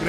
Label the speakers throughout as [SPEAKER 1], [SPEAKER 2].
[SPEAKER 1] Good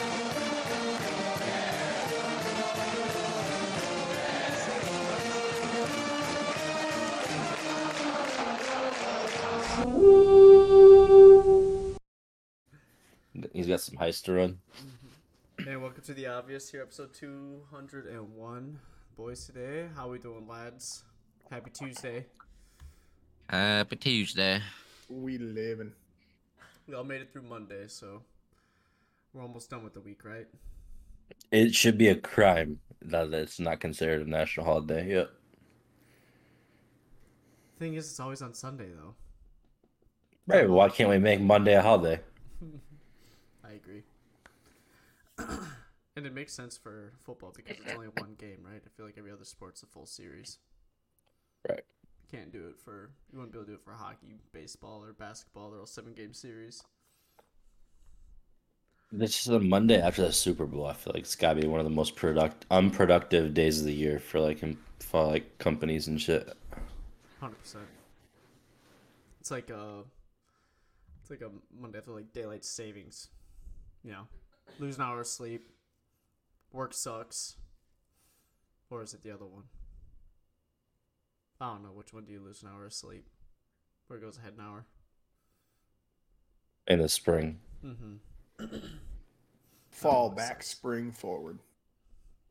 [SPEAKER 2] He's got some heist to run.
[SPEAKER 3] And welcome to the obvious here, episode two hundred and one. Boys, today, how we doing, lads? Happy Tuesday.
[SPEAKER 4] Happy Tuesday.
[SPEAKER 5] We living.
[SPEAKER 3] We all made it through Monday, so we're almost done with the week, right?
[SPEAKER 2] It should be a crime that it's not considered a national holiday. Yep.
[SPEAKER 3] Thing is, it's always on Sunday, though.
[SPEAKER 2] Right. Why can't we make Monday a holiday?
[SPEAKER 3] I agree. and it makes sense for football because it's only one game, right? I feel like every other sport's a full series.
[SPEAKER 2] Right.
[SPEAKER 3] You can't do it for you wouldn't be able to do it for hockey, baseball, or basketball. They're all seven game series.
[SPEAKER 2] This is a Monday after the Super Bowl. I feel like it's gotta be one of the most product unproductive days of the year for like em- for like companies and shit.
[SPEAKER 3] Hundred percent. It's like a, it's like a Monday after like daylight savings. You know, lose an hour of sleep. Work sucks. Or is it the other one? I don't know. Which one do you lose an hour of sleep? Where it goes ahead an hour.
[SPEAKER 2] In the spring,
[SPEAKER 3] Mm-hmm.
[SPEAKER 5] Fall back, spring forward.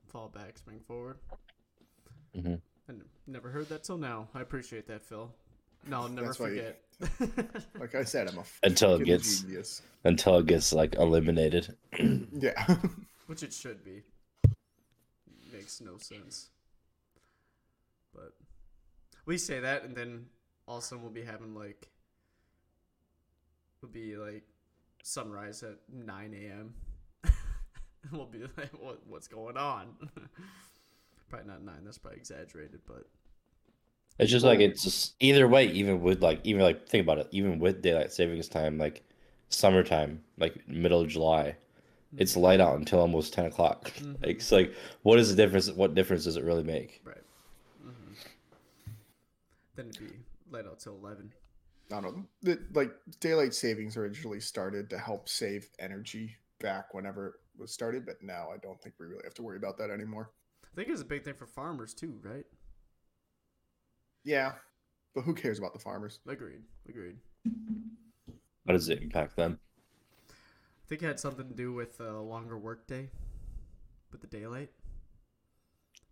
[SPEAKER 3] Fall back, spring forward.
[SPEAKER 2] Mhm.
[SPEAKER 3] I n- never heard that till now. I appreciate that, Phil. No, I'll never
[SPEAKER 5] That's why you-
[SPEAKER 3] forget.
[SPEAKER 5] Like I said, I'm a
[SPEAKER 2] Until it
[SPEAKER 5] fucking
[SPEAKER 2] gets-
[SPEAKER 5] genius.
[SPEAKER 2] until it gets like eliminated.
[SPEAKER 5] Yeah.
[SPEAKER 3] Which it should be. Makes no sense. But we say that, and then all of a sudden we'll be having like, we'll be like sunrise at 9 a.m. And we'll be like, what, what's going on? probably not 9, that's probably exaggerated, but
[SPEAKER 2] It's just like it's just either way. Even with like even like think about it. Even with daylight savings time, like summertime, like middle of July, it's light out until almost ten o'clock. Like, it's like what is the difference? What difference does it really make?
[SPEAKER 3] right. hmm Then it'd be light out till 11.
[SPEAKER 5] I don't know. The, like daylight savings originally started to help save energy back whenever it was started, but now I don't think we really have to worry about that anymore.
[SPEAKER 3] I think it's a big thing for farmers too, right?
[SPEAKER 5] Yeah. But who cares about the farmers?
[SPEAKER 3] Agreed. Agreed.
[SPEAKER 2] How does it impact them?
[SPEAKER 3] I think it had something to do with a longer work day, with the daylight.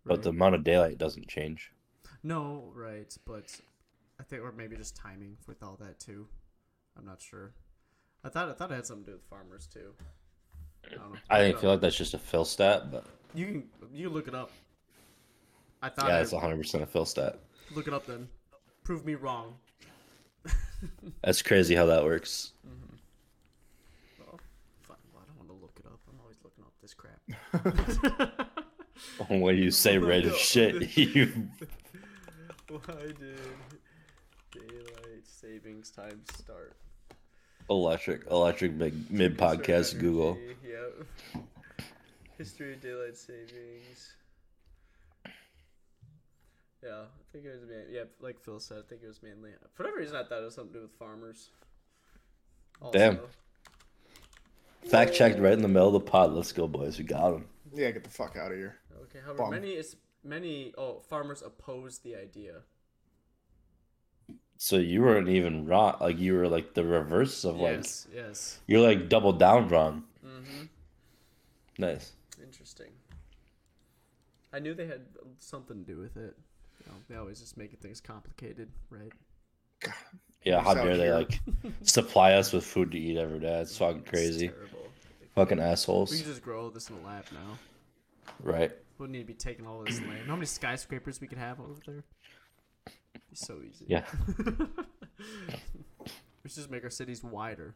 [SPEAKER 2] But the amount of daylight doesn't change.
[SPEAKER 3] no, right? But I think, or maybe just timing with all that too. I'm not sure. I thought I thought it had something to do with farmers too. I don't know.
[SPEAKER 2] I
[SPEAKER 3] Look
[SPEAKER 2] didn't
[SPEAKER 3] it
[SPEAKER 2] feel
[SPEAKER 3] up.
[SPEAKER 2] like that's just a fill stat, but
[SPEAKER 3] you can you can look it up. I thought
[SPEAKER 2] yeah,
[SPEAKER 3] I-
[SPEAKER 2] it's hundred percent a fill stat.
[SPEAKER 3] look it up then. Prove me wrong.
[SPEAKER 2] That's crazy how that works.
[SPEAKER 3] Oh, fuck, well, I don't want to look it up. I'm always looking up this crap.
[SPEAKER 2] When you say random shit, you
[SPEAKER 3] Why did daylight savings time start?
[SPEAKER 2] electric electric big mid podcast Google.
[SPEAKER 3] Yep. History of daylight savings. Yeah, I think it was man- yeah, like Phil said, I think it was mainly for whatever reason I thought it was something to do with farmers. Also,
[SPEAKER 2] Damn. Fact checked right in the middle of the pod. Let's go, boys. We got him.
[SPEAKER 5] Yeah, get the fuck out of here.
[SPEAKER 3] Okay, however,
[SPEAKER 5] Bum.
[SPEAKER 3] many is many oh farmers oppose the idea.
[SPEAKER 2] So you weren't even wrong. Like you were like the reverse of like
[SPEAKER 3] yes, yes.
[SPEAKER 2] you're like double down wrong.
[SPEAKER 3] Mm-hmm.
[SPEAKER 2] Nice.
[SPEAKER 3] Interesting. I knew they had something to do with it. You know, they always just making things complicated, right?
[SPEAKER 2] Yeah, how
[SPEAKER 5] Sounds
[SPEAKER 2] dare they
[SPEAKER 5] here.
[SPEAKER 2] like supply us with food to eat every day? It's fucking crazy.
[SPEAKER 3] It's terrible.
[SPEAKER 2] Fucking
[SPEAKER 3] We
[SPEAKER 2] assholes.
[SPEAKER 3] can just grow this in a lab now.
[SPEAKER 2] Right.
[SPEAKER 3] Wouldn't need to be taking all this land. You know How many skyscrapers we could have over there? Be so easy.
[SPEAKER 2] Yeah.
[SPEAKER 3] Let's just make our cities wider.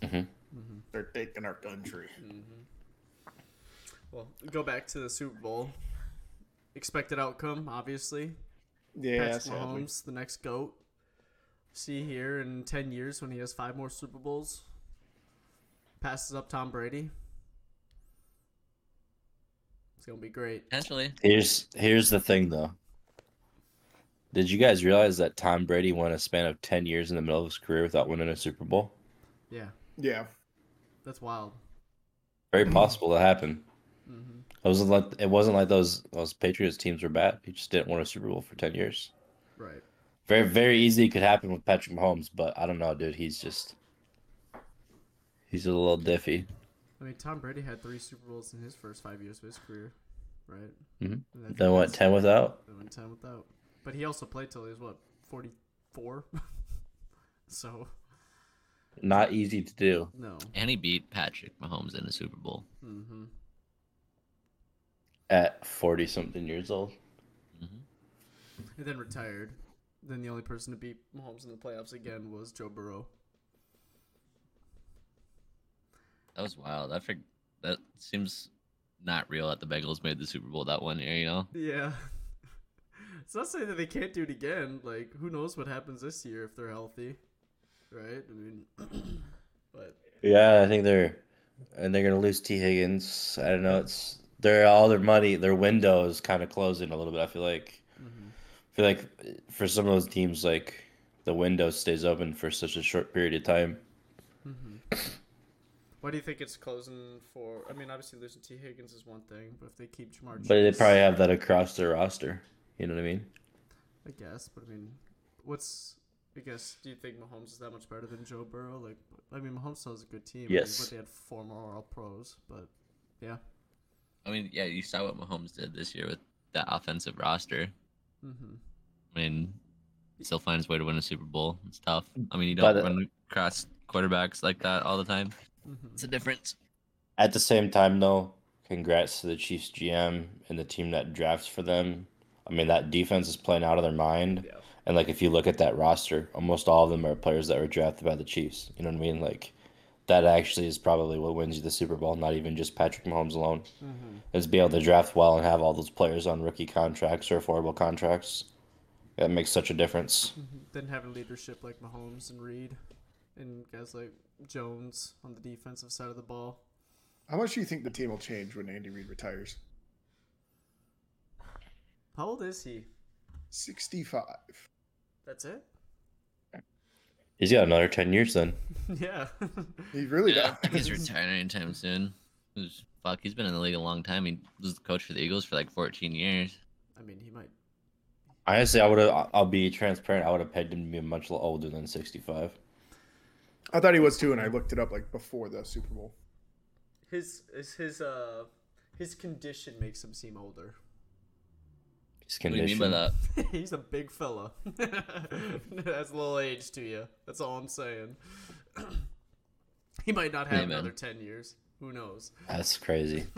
[SPEAKER 5] They're taking our country.
[SPEAKER 3] Well, go back to the Super Bowl. Expected outcome, obviously.
[SPEAKER 5] Yeah,
[SPEAKER 3] Patrick
[SPEAKER 5] sadly.
[SPEAKER 3] Mahomes, the next goat. See here in ten years when he has five more Super Bowls. Passes up Tom Brady. It's gonna be great.
[SPEAKER 4] Potentially.
[SPEAKER 2] Here's here's the thing though. Did you guys realize that Tom Brady went a span of ten years in the middle of his career without winning a Super Bowl?
[SPEAKER 3] Yeah,
[SPEAKER 5] Yeah,
[SPEAKER 3] that's wild.
[SPEAKER 2] Very
[SPEAKER 3] Mm-hmm.
[SPEAKER 2] possible that happened. It wasn't like it wasn't like those those Patriots teams were bad. He just didn't win a Super Bowl for ten years.
[SPEAKER 3] Right.
[SPEAKER 2] Very very easily could happen with Patrick Mahomes, but I don't know, dude. He's just he's a little diffy.
[SPEAKER 3] I mean, Tom Brady had three Super Bowls in his first five years of his career, right?
[SPEAKER 2] Mhm.
[SPEAKER 3] And
[SPEAKER 2] Then what? Ten without?
[SPEAKER 3] They went ten without. But he also played till he was what forty four. so
[SPEAKER 2] Not easy to do.
[SPEAKER 3] no.
[SPEAKER 4] And he beat Patrick Mahomes in the Super Bowl.
[SPEAKER 3] Mm-hmm.
[SPEAKER 2] at 40 something years old.
[SPEAKER 3] And then retired. Then the only person to beat Mahomes in the playoffs again was Joe Burrow.
[SPEAKER 4] That was wild. I fig- that seems not real that the Bengals made the Super Bowl that one year, you know?
[SPEAKER 3] Yeah. it's not saying that they can't do it again. Like, who knows what happens this year if they're healthy, right? I mean, but
[SPEAKER 2] Yeah, I think they're and they're gonna lose T. Higgins. I don't know. It's their all their money, their window is kind of closing a little bit. I feel like, I feel like eh, for some of those teams, like the window stays open for such a short period of time.
[SPEAKER 3] what do you think it's closing for? I mean, obviously losing T. Higgins is one thing, but if they keep Jamar,
[SPEAKER 2] But they
[SPEAKER 3] Chase-
[SPEAKER 2] probably have that across their roster. You know what I mean?
[SPEAKER 3] I guess, but I mean, what's I guess? Do you think Mahomes is that much better than Joe Burrow? Like, I mean, Mahomes still has a good team. I mean,
[SPEAKER 2] Yes.
[SPEAKER 3] but they had four more All Pros. But yeah,
[SPEAKER 4] I mean, yeah, you saw what Mahomes did this year with that offensive roster.
[SPEAKER 3] mm-hmm.
[SPEAKER 4] I mean, he still finds a way to win a Super Bowl. It's tough. I mean, you
[SPEAKER 2] But,
[SPEAKER 4] don't
[SPEAKER 2] uh,
[SPEAKER 4] run across quarterbacks like that all the time.
[SPEAKER 3] Mm-hmm.
[SPEAKER 4] It's a difference.
[SPEAKER 2] At the same time, though, congrats to the Chiefs GM and the team that drafts for them. I mean, that defense is playing out of their mind.
[SPEAKER 3] Yeah.
[SPEAKER 2] And like, if you look at that roster, almost all of them are players that were drafted by the Chiefs. You know what I mean? Like, that actually is probably what wins you the Super Bowl. Not even just Patrick Mahomes alone. Is being able to draft well and have all those players on rookie contracts or affordable contracts. That makes such a difference.
[SPEAKER 3] Then having leadership like Mahomes and Reed, and guys like Jones on the defensive side of the ball.
[SPEAKER 5] how much do you think the team will change when Andy Reid retires?
[SPEAKER 3] How old is he?
[SPEAKER 5] Sixty-five.
[SPEAKER 3] That's it.
[SPEAKER 2] He's got another ten years then.
[SPEAKER 3] yeah.
[SPEAKER 5] He really
[SPEAKER 4] Yeah,
[SPEAKER 5] does.
[SPEAKER 4] he's retiring anytime soon. He's- Fuck, he's been in the league a long time. He was the coach for the Eagles for like 14 years.
[SPEAKER 3] I mean, he might.
[SPEAKER 2] Honestly, I would have. I'll be transparent. I would have pegged him to be much older than sixty-five.
[SPEAKER 5] I thought he was too, and I looked it up like before the Super Bowl.
[SPEAKER 3] His is his uh his condition makes him seem older.
[SPEAKER 2] His
[SPEAKER 4] What do you mean by
[SPEAKER 2] condition.
[SPEAKER 4] that?
[SPEAKER 3] He's a big fella. That's a little age to you. That's all I'm saying. he might not have
[SPEAKER 4] Amen.
[SPEAKER 3] another ten years. Who knows?
[SPEAKER 2] That's crazy.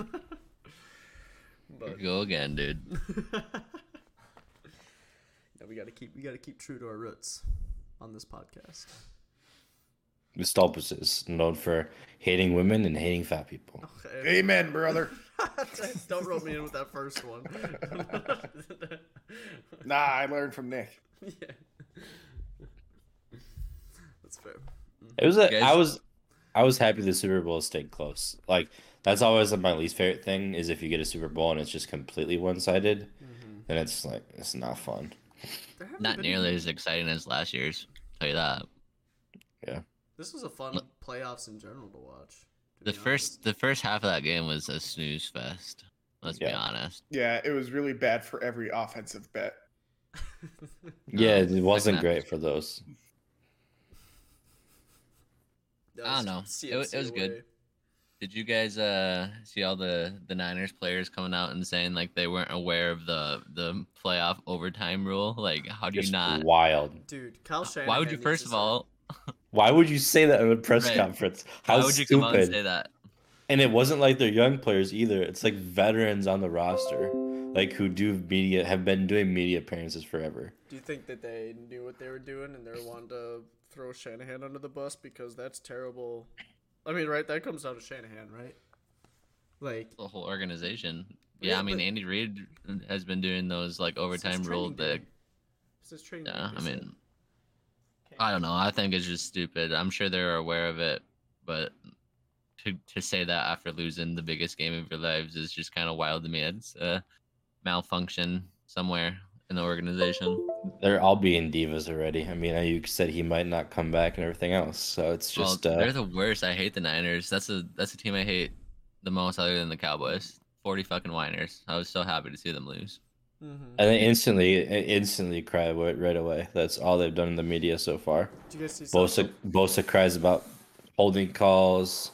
[SPEAKER 4] Here we go again, dude.
[SPEAKER 3] Yeah, we gotta keep we gotta keep true to our roots on this podcast.
[SPEAKER 2] Stolpus is known for hating women and hating fat people.
[SPEAKER 3] Okay.
[SPEAKER 5] Amen, brother.
[SPEAKER 3] Don't rope me in with that first one.
[SPEAKER 5] Nah, I learned from Nick.
[SPEAKER 3] yeah. That's fair.
[SPEAKER 2] It was. A,
[SPEAKER 4] guys-
[SPEAKER 2] I was. I was happy the Super Bowl stayed close. Like that's always my least favorite thing is if you get a Super Bowl and it's just completely one sided,
[SPEAKER 4] Mm-hmm.
[SPEAKER 2] then it's like it's not fun.
[SPEAKER 3] There haven't
[SPEAKER 4] Not
[SPEAKER 3] been-
[SPEAKER 4] nearly as exciting as last year's. Tell you that.
[SPEAKER 3] This was a fun playoffs in general to watch. to
[SPEAKER 4] The
[SPEAKER 3] be
[SPEAKER 4] first, the first half of that game was a snooze fest. Let's be
[SPEAKER 2] Yeah.
[SPEAKER 4] honest.
[SPEAKER 5] Yeah, it was really bad for every offensive bet.
[SPEAKER 3] honest.
[SPEAKER 2] Yeah, it wasn't
[SPEAKER 4] half.
[SPEAKER 2] great for those.
[SPEAKER 3] That
[SPEAKER 4] I don't
[SPEAKER 3] was
[SPEAKER 4] know. It wa- it was
[SPEAKER 3] CMC
[SPEAKER 4] good.
[SPEAKER 3] way.
[SPEAKER 4] Did you guys uh see all the the Niners players coming out and saying like they weren't aware of the the playoff overtime rule? Like, how do you
[SPEAKER 2] Just
[SPEAKER 4] not?
[SPEAKER 2] wild.
[SPEAKER 3] Dude, Kyle Shanahan.
[SPEAKER 4] Why would you
[SPEAKER 3] needs
[SPEAKER 4] first
[SPEAKER 3] to
[SPEAKER 4] of
[SPEAKER 3] start-
[SPEAKER 4] all?
[SPEAKER 2] Why would you say that in a press
[SPEAKER 4] Right.
[SPEAKER 2] conference? How
[SPEAKER 4] Why would you
[SPEAKER 2] stupid!
[SPEAKER 4] come out and say that?
[SPEAKER 2] And it wasn't like they're young players either. It's like veterans on the roster, like who do media have been doing media appearances forever.
[SPEAKER 3] Do you think that they knew what they were doing and they wanted to throw Shanahan under the bus because that's terrible? I mean, right? That comes out of Shanahan, right? Like
[SPEAKER 4] the whole organization. Yeah,
[SPEAKER 3] Yeah,
[SPEAKER 4] I mean
[SPEAKER 3] but-
[SPEAKER 4] Andy Reid has been doing those like overtime
[SPEAKER 3] since
[SPEAKER 4] rule.
[SPEAKER 3] training
[SPEAKER 4] That
[SPEAKER 3] day. Since training
[SPEAKER 4] yeah,
[SPEAKER 3] day,
[SPEAKER 4] I
[SPEAKER 3] they said-
[SPEAKER 4] mean, I don't know. I think it's just stupid. I'm sure they're aware of it, but to to say that after losing the biggest game of your lives is just kind of wild to me. It's a malfunction somewhere in the organization.
[SPEAKER 2] They're all being divas already. I mean, Ayuk said he might not come back and everything else. So it's
[SPEAKER 4] Well,
[SPEAKER 2] just
[SPEAKER 4] they're
[SPEAKER 2] uh,
[SPEAKER 4] the worst. I hate the Niners. That's a that's a team I hate the most, other than the Cowboys. Forty fucking whiners. I was so happy to see them lose.
[SPEAKER 3] Mhm.
[SPEAKER 2] and they instantly i- instantly cry wa- right away. That's all they've done in the media so far.
[SPEAKER 3] Do you guys see
[SPEAKER 2] Bosa Bosa cries about holding calls.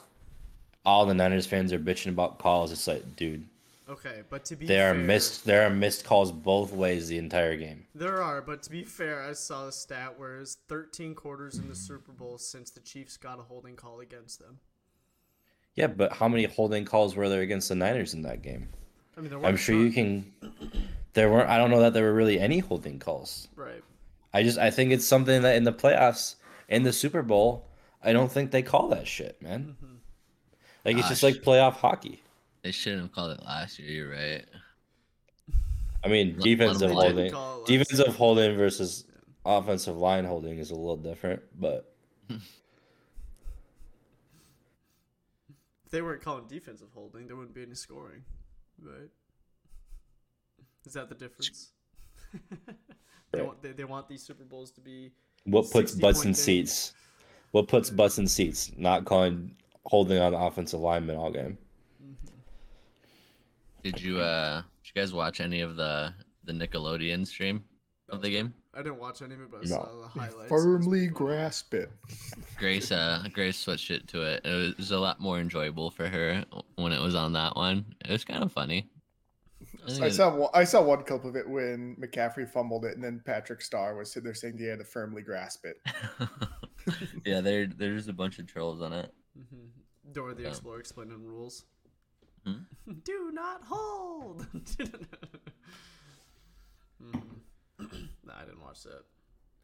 [SPEAKER 2] All the Niners fans are bitching about calls. It's like, dude,
[SPEAKER 3] Okay, but to be
[SPEAKER 2] there are
[SPEAKER 3] fair-
[SPEAKER 2] missed there are missed calls both ways the entire game.
[SPEAKER 3] There are, but to be fair, I saw a stat where it's 13 quarters in the Super Bowl since the Chiefs got a holding call against them.
[SPEAKER 2] Yeah, but how many holding calls were there against the Niners in that game?
[SPEAKER 3] I mean, there
[SPEAKER 2] I'm
[SPEAKER 3] weren't
[SPEAKER 2] sure you
[SPEAKER 3] a ton.
[SPEAKER 2] can. There weren't. I don't know that there were really any holding calls.
[SPEAKER 3] Right.
[SPEAKER 2] I just I think it's something that in the playoffs, in the Super Bowl, I don't think they call that shit, man. Like it's just
[SPEAKER 4] Mm-hmm.
[SPEAKER 2] like
[SPEAKER 4] Gosh.
[SPEAKER 2] playoff hockey.
[SPEAKER 4] They shouldn't have called it last year. You're right.
[SPEAKER 2] I mean,
[SPEAKER 4] Let- let 'em
[SPEAKER 2] defensive
[SPEAKER 4] play.
[SPEAKER 2] holding,
[SPEAKER 3] Call it last
[SPEAKER 2] defensive holding versus offensive line holding is a little different, but
[SPEAKER 3] If they weren't calling defensive holding, there wouldn't be any scoring. Right. Is that the difference? they,
[SPEAKER 2] Right.
[SPEAKER 3] want, they, they want these Super Bowls to be.
[SPEAKER 2] what puts
[SPEAKER 3] 60
[SPEAKER 2] butts
[SPEAKER 3] point
[SPEAKER 2] in
[SPEAKER 3] game.
[SPEAKER 2] seats? What puts butts in seats? Not calling holding on offensive linemen all game.
[SPEAKER 4] Did you uh? Did you guys watch any of the the Nickelodeon stream of the game?
[SPEAKER 3] I didn't watch any of it, but I
[SPEAKER 2] No.
[SPEAKER 3] saw the highlights.
[SPEAKER 5] Firmly grasp it.
[SPEAKER 4] Grace uh Grace switched it to it. It was a lot more enjoyable for her when it was on that one. It was kind of funny. I think
[SPEAKER 5] I
[SPEAKER 4] it-
[SPEAKER 5] saw one, I saw one clip of it when McCaffrey fumbled it, and then Patrick Starr was sitting there saying he had to firmly grasp it.
[SPEAKER 4] yeah, there there's a bunch of trolls on it.
[SPEAKER 3] hmm Dora the
[SPEAKER 4] Yeah.
[SPEAKER 3] Explorer explaining rules.
[SPEAKER 4] Hmm?
[SPEAKER 3] Do not hold. Mhm. nah, I didn't watch that.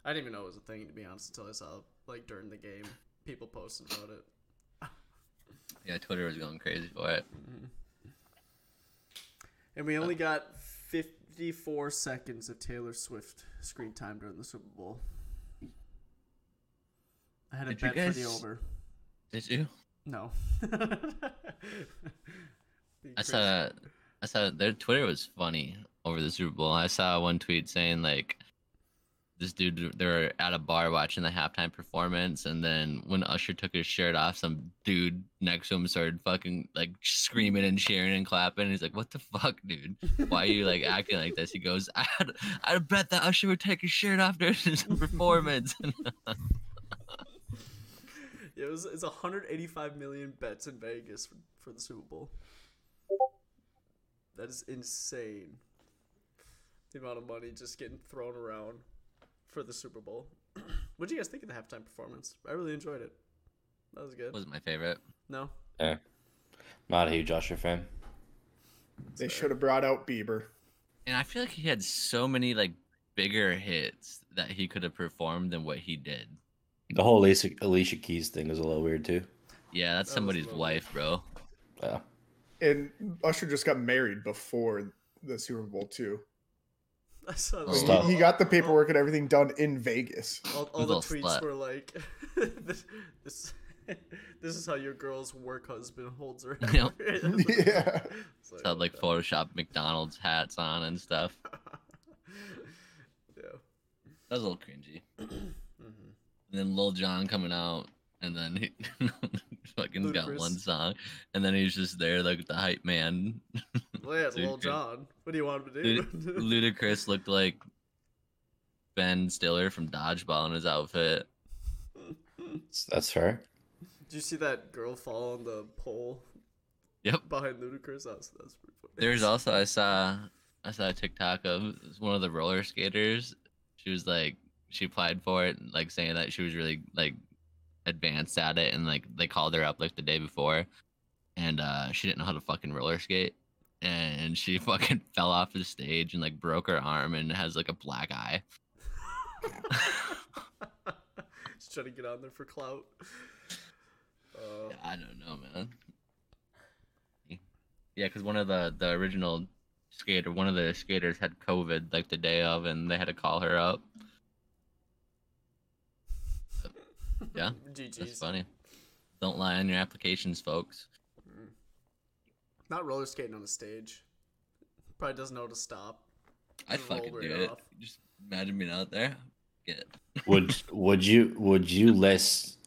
[SPEAKER 3] I didn't even know it was a thing to be honest until I saw like during the game people posting about it.
[SPEAKER 4] Yeah, Twitter was going crazy for it.
[SPEAKER 3] And we only
[SPEAKER 4] Oh.
[SPEAKER 3] got 54 seconds of Taylor Swift screen time during the Super Bowl. I had a
[SPEAKER 4] Did you
[SPEAKER 3] bet for the
[SPEAKER 4] guys-
[SPEAKER 3] over.
[SPEAKER 4] Did you?
[SPEAKER 3] No.
[SPEAKER 4] I saw I saw their Twitter was funny over the Super Bowl. I saw one tweet saying like this dude they're at a bar watching the halftime performance and then when Usher took his shirt off, some dude next to him started fucking like screaming and cheering and clapping. He's like, What the fuck, dude? Why are you like acting like this? He goes, I had I bet that Usher would take his shirt off during his performance.
[SPEAKER 3] It was it's 185 million bets in Vegas for, for the Super Bowl. That is insane. The amount of money just getting thrown around for the Super Bowl. what do you guys think of the halftime performance? I really enjoyed it. That was good.
[SPEAKER 4] was my favorite.
[SPEAKER 3] no,
[SPEAKER 2] Yeah, not a huge Usher fan.
[SPEAKER 5] They should have brought out Bieber.
[SPEAKER 4] And I feel like he had so many like bigger hits that he could have performed than what he did.
[SPEAKER 2] The whole Alicia, Alicia Keys thing is a little weird too.
[SPEAKER 4] Yeah, that's somebody's wife, bro.
[SPEAKER 2] Yeah.
[SPEAKER 5] And Usher just got married before the Super Bowl too.
[SPEAKER 3] I saw that.
[SPEAKER 4] That's
[SPEAKER 5] He,
[SPEAKER 2] tough.
[SPEAKER 5] he got the paperwork and everything done in Vegas.
[SPEAKER 3] All, all the
[SPEAKER 4] Little
[SPEAKER 3] tweets
[SPEAKER 4] slut.
[SPEAKER 3] were like, this, this, this is how your girl's work husband holds her.
[SPEAKER 4] Yep.
[SPEAKER 5] yeah.
[SPEAKER 3] It's like,
[SPEAKER 4] had like Photoshop McDonald's hats on and stuff.
[SPEAKER 3] yeah.
[SPEAKER 4] That was a little cringy. And then Lil Jon coming out, and then he fucking got
[SPEAKER 3] Ludacris.
[SPEAKER 4] one song, and then he's just there like the hype man.
[SPEAKER 3] Well, yeah, it's
[SPEAKER 4] Dude,
[SPEAKER 3] Lil
[SPEAKER 4] good.
[SPEAKER 3] John. What do you want him to
[SPEAKER 4] Lud-
[SPEAKER 3] do?
[SPEAKER 4] Ludacris looked like Ben Stiller from Dodgeball in his outfit.
[SPEAKER 2] S- That's fair.
[SPEAKER 3] Did you see that girl fall on the pole
[SPEAKER 4] Yep.
[SPEAKER 3] behind Ludacris? That's that's pretty funny.
[SPEAKER 4] There's also I saw I saw a TikTok of one of the roller skaters. She was like she applied for it, and, like saying that she was really like advanced at it, and like they called her up like the day before, and uh, she didn't know how to fucking roller skate, and she fucking fell off the stage and like broke her arm and has like a black eye.
[SPEAKER 3] Just trying to get on there for clout. Uh,
[SPEAKER 4] I don't know, man. Yeah, because one of the the original skater, one of the skaters had COVID like the day of, and they had to call her up. Yeah, That's
[SPEAKER 3] GG's.
[SPEAKER 4] funny. Don't lie on your applications, folks.
[SPEAKER 3] Not roller skating on the stage. Probably doesn't know to stop.
[SPEAKER 4] I
[SPEAKER 3] Roll
[SPEAKER 4] fucking
[SPEAKER 3] right
[SPEAKER 4] did it.
[SPEAKER 3] off.
[SPEAKER 4] Just imagine being out there. Get it.
[SPEAKER 2] Would would you would you list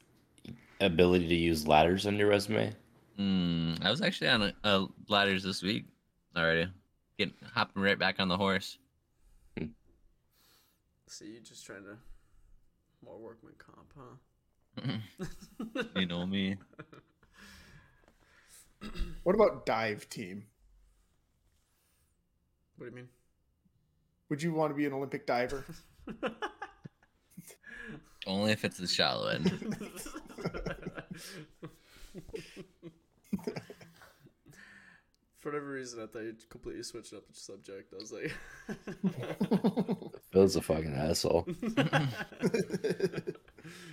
[SPEAKER 2] ability to use ladders on your resume?
[SPEAKER 4] Mm, I was actually on a, a ladders this week already. Getting hopping right back on the horse.
[SPEAKER 3] See, you just trying to more workman comp, huh?
[SPEAKER 4] You know me.
[SPEAKER 5] What about dive team?
[SPEAKER 3] What do you mean?
[SPEAKER 5] Would you want to be an Olympic diver?
[SPEAKER 4] Only if it's the shallow end.
[SPEAKER 3] For whatever reason, I thought you completely switched up the subject. I was like,
[SPEAKER 2] Phil's a fucking asshole.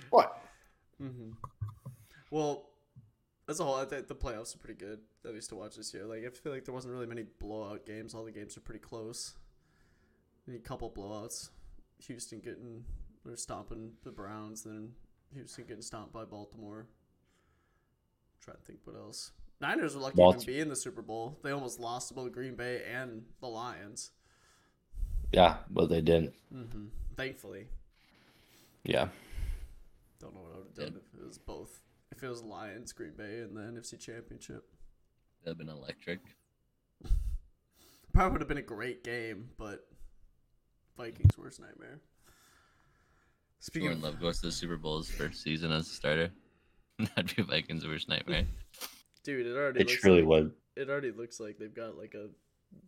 [SPEAKER 5] what?
[SPEAKER 3] hmm well, as a whole, I think the playoffs are pretty good. At least to watch this year, like I feel like there wasn't really many blowout games. All the games are pretty close. Any couple blowouts. Houston getting they're stomping the Browns, then Houston getting stomped by Baltimore. trying to think what else. Niners were lucky
[SPEAKER 2] Balt-
[SPEAKER 3] to even be in the Super Bowl. They almost lost to both Green Bay and the Lions.
[SPEAKER 2] Yeah, but they didn't.
[SPEAKER 3] hmm Thankfully,
[SPEAKER 2] Yeah.
[SPEAKER 3] Don't know what I would have done if it was both. If it was Lions, Green Bay, and the NFC Championship.
[SPEAKER 4] That'd been electric.
[SPEAKER 3] Probably would have been a great game, but Vikings' worst nightmare. Speaking
[SPEAKER 4] Jordan
[SPEAKER 3] of,
[SPEAKER 4] Love goes to the Super Bowl's first season as a starter. That'd be Vikings' worst nightmare.
[SPEAKER 3] dude, it already
[SPEAKER 2] It
[SPEAKER 3] looks
[SPEAKER 2] truly
[SPEAKER 3] like,
[SPEAKER 2] would.
[SPEAKER 3] it already looks like they've got like a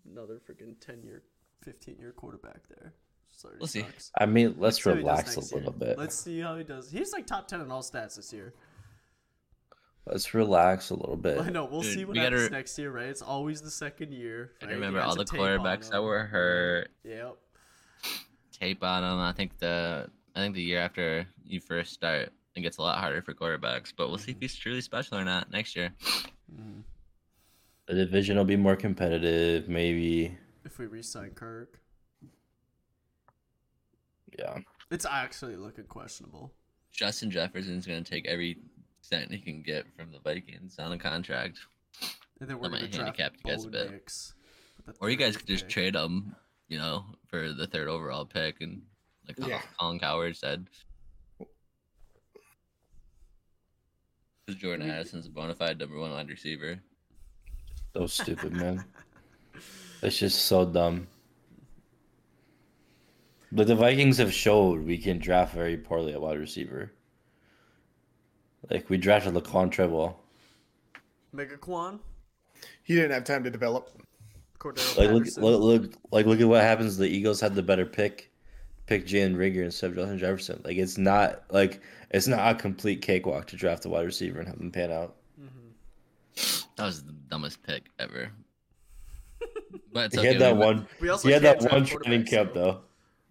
[SPEAKER 3] another freaking ten year, fifteen year quarterback there. Sorry,
[SPEAKER 4] We'll see.
[SPEAKER 3] sucks.
[SPEAKER 2] I mean, let's
[SPEAKER 3] See how he does
[SPEAKER 2] relax a
[SPEAKER 3] next year.
[SPEAKER 2] little bit.
[SPEAKER 3] Let's see how he does. He's like top ten in all stats this year.
[SPEAKER 2] Let's relax a little bit.
[SPEAKER 3] I know. We'll
[SPEAKER 4] Dude,
[SPEAKER 3] see what
[SPEAKER 4] we gotta-
[SPEAKER 3] happens next year, right? It's always the second year.
[SPEAKER 4] I
[SPEAKER 3] right? You
[SPEAKER 4] remember
[SPEAKER 3] got
[SPEAKER 4] all
[SPEAKER 3] some
[SPEAKER 4] the
[SPEAKER 3] tape on
[SPEAKER 4] quarterbacks that
[SPEAKER 3] him.
[SPEAKER 4] were hurt.
[SPEAKER 3] Yep.
[SPEAKER 4] Tape on them. I think the I think the year after you first start, it gets a lot harder for quarterbacks. But we'll see
[SPEAKER 3] Mm-hmm.
[SPEAKER 4] if he's truly special or not next year.
[SPEAKER 2] The division will be more competitive, maybe.
[SPEAKER 3] If we re-sign Kirk,
[SPEAKER 2] Yeah.
[SPEAKER 3] it's actually looking questionable.
[SPEAKER 4] Justin Jefferson's gonna take every cent he can get from the Vikings on a contract,
[SPEAKER 3] And then we're
[SPEAKER 4] That might
[SPEAKER 3] gonna draft
[SPEAKER 4] handicap you guys a
[SPEAKER 3] Bo
[SPEAKER 4] bit.
[SPEAKER 3] Nix with the
[SPEAKER 4] or you guys
[SPEAKER 3] third
[SPEAKER 4] could just
[SPEAKER 3] pick.
[SPEAKER 4] trade him, you know, for the third overall pick and like Col-
[SPEAKER 5] Yeah.
[SPEAKER 4] Colin Coward said. 'Cause Jordan Addison's a bona fide number one wide receiver.
[SPEAKER 2] So stupid, man. It's just so dumb. But the Vikings have showed we can draft very poorly at wide receiver. Like we drafted Laquan Treadwell.
[SPEAKER 3] Mega Quan,
[SPEAKER 5] He didn't have time to develop.
[SPEAKER 3] Cordero
[SPEAKER 2] Like look,
[SPEAKER 3] Patterson.
[SPEAKER 2] look, look, like look at what happens. The Eagles had the better pick, pick Jalen Rigger instead of Justin Jefferson. Like it's not like it's not a complete cakewalk to draft a wide receiver and have them pan out.
[SPEAKER 4] That was the dumbest pick ever. But it's
[SPEAKER 2] he
[SPEAKER 4] okay,
[SPEAKER 2] had that
[SPEAKER 4] we-
[SPEAKER 2] one.
[SPEAKER 3] We also
[SPEAKER 2] He had that
[SPEAKER 3] can't draft
[SPEAKER 2] one training
[SPEAKER 3] quarterbacks,
[SPEAKER 2] camp
[SPEAKER 3] though.
[SPEAKER 2] though.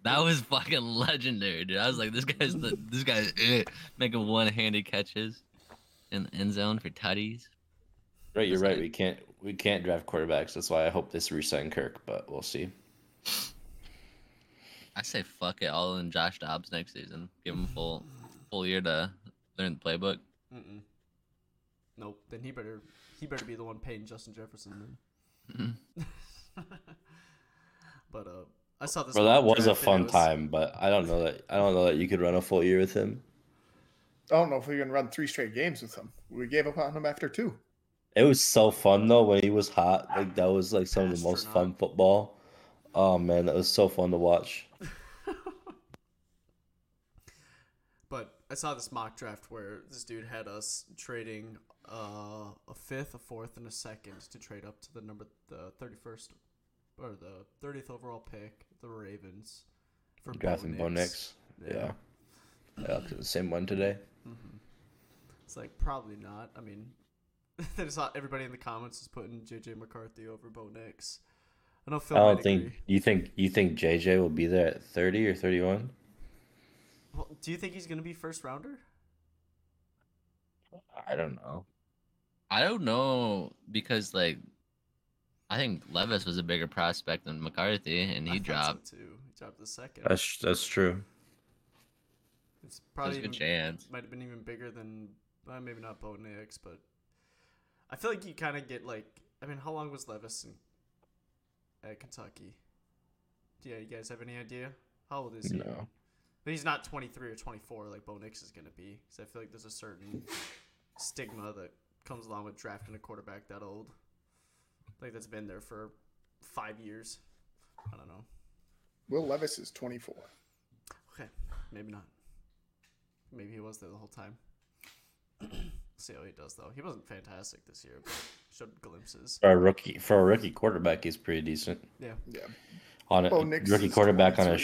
[SPEAKER 4] That was fucking legendary, dude. I was like, this guy's the, this guy's it. making one-handed catches in the end zone for tutties.
[SPEAKER 2] Right, you're
[SPEAKER 4] That's
[SPEAKER 2] right.
[SPEAKER 4] good.
[SPEAKER 2] We can't we can't draft quarterbacks. That's why I hope this resign Kirk, but we'll see.
[SPEAKER 4] I say fuck it, all in Josh Dobbs next season. Give him full full year to learn the playbook.
[SPEAKER 3] Mm-mm. Nope. Then he better he better be the one paying Justin Jefferson then.
[SPEAKER 4] Mm-hmm.
[SPEAKER 3] but uh, I saw this.
[SPEAKER 2] Bro, that was a
[SPEAKER 3] draft and it
[SPEAKER 2] fun
[SPEAKER 3] was-
[SPEAKER 2] time, but I don't know that I don't know that you could run a full year with him.
[SPEAKER 5] I don't know if we can run three straight games with him. We gave up on him after two.
[SPEAKER 2] It was so fun though when he was hot. Like that was like some of the most fun football. Oh man, that was so fun to watch.
[SPEAKER 3] But I saw this mock draft where this dude had us trading uh, a fifth, a fourth, and a second to trade up to the number the thirty first or the thirtieth overall pick, the Ravens. For Bo
[SPEAKER 2] Drafting Bo Nix. Yeah. Yeah, up to the same one today.
[SPEAKER 3] It's like probably not. I mean, I just saw everybody in the comments is putting JJ McCarthy over Bo Nix. I know Phil.
[SPEAKER 2] I
[SPEAKER 3] might
[SPEAKER 2] don't think
[SPEAKER 3] agree.
[SPEAKER 2] you think you think JJ will be there at thirty or thirty one?
[SPEAKER 3] Well, do you think he's gonna be first rounder?
[SPEAKER 2] I don't know.
[SPEAKER 4] I don't know because like I think Levis was a bigger prospect than McCarthy, and
[SPEAKER 3] I
[SPEAKER 4] he
[SPEAKER 3] thought so,
[SPEAKER 4] dropped.
[SPEAKER 3] too. He dropped the second.
[SPEAKER 2] That's that's true.
[SPEAKER 3] It's probably
[SPEAKER 4] a good
[SPEAKER 3] even,
[SPEAKER 4] chance.
[SPEAKER 3] Might have been even bigger than uh, maybe not Bo Nix, but I feel like you kind of get like I mean, how long was Levis in at Kentucky? Yeah, you guys have any idea? How old is he?
[SPEAKER 2] No.
[SPEAKER 3] But he's not 23 or 24 like Bo Nix is going to be. Because I feel like there's a certain stigma that comes along with drafting a quarterback that old. Like that's been there for five years. I don't know.
[SPEAKER 5] Will Levis is 24.
[SPEAKER 3] Okay, maybe not. Maybe he was there the whole time. See how he does though. He wasn't fantastic this year, but showed glimpses.
[SPEAKER 2] For a rookie for a rookie quarterback, he's pretty decent.
[SPEAKER 3] Yeah,
[SPEAKER 5] Yeah.
[SPEAKER 2] On a
[SPEAKER 5] Bo Nix
[SPEAKER 2] rookie
[SPEAKER 5] is
[SPEAKER 2] quarterback on a
[SPEAKER 5] 23.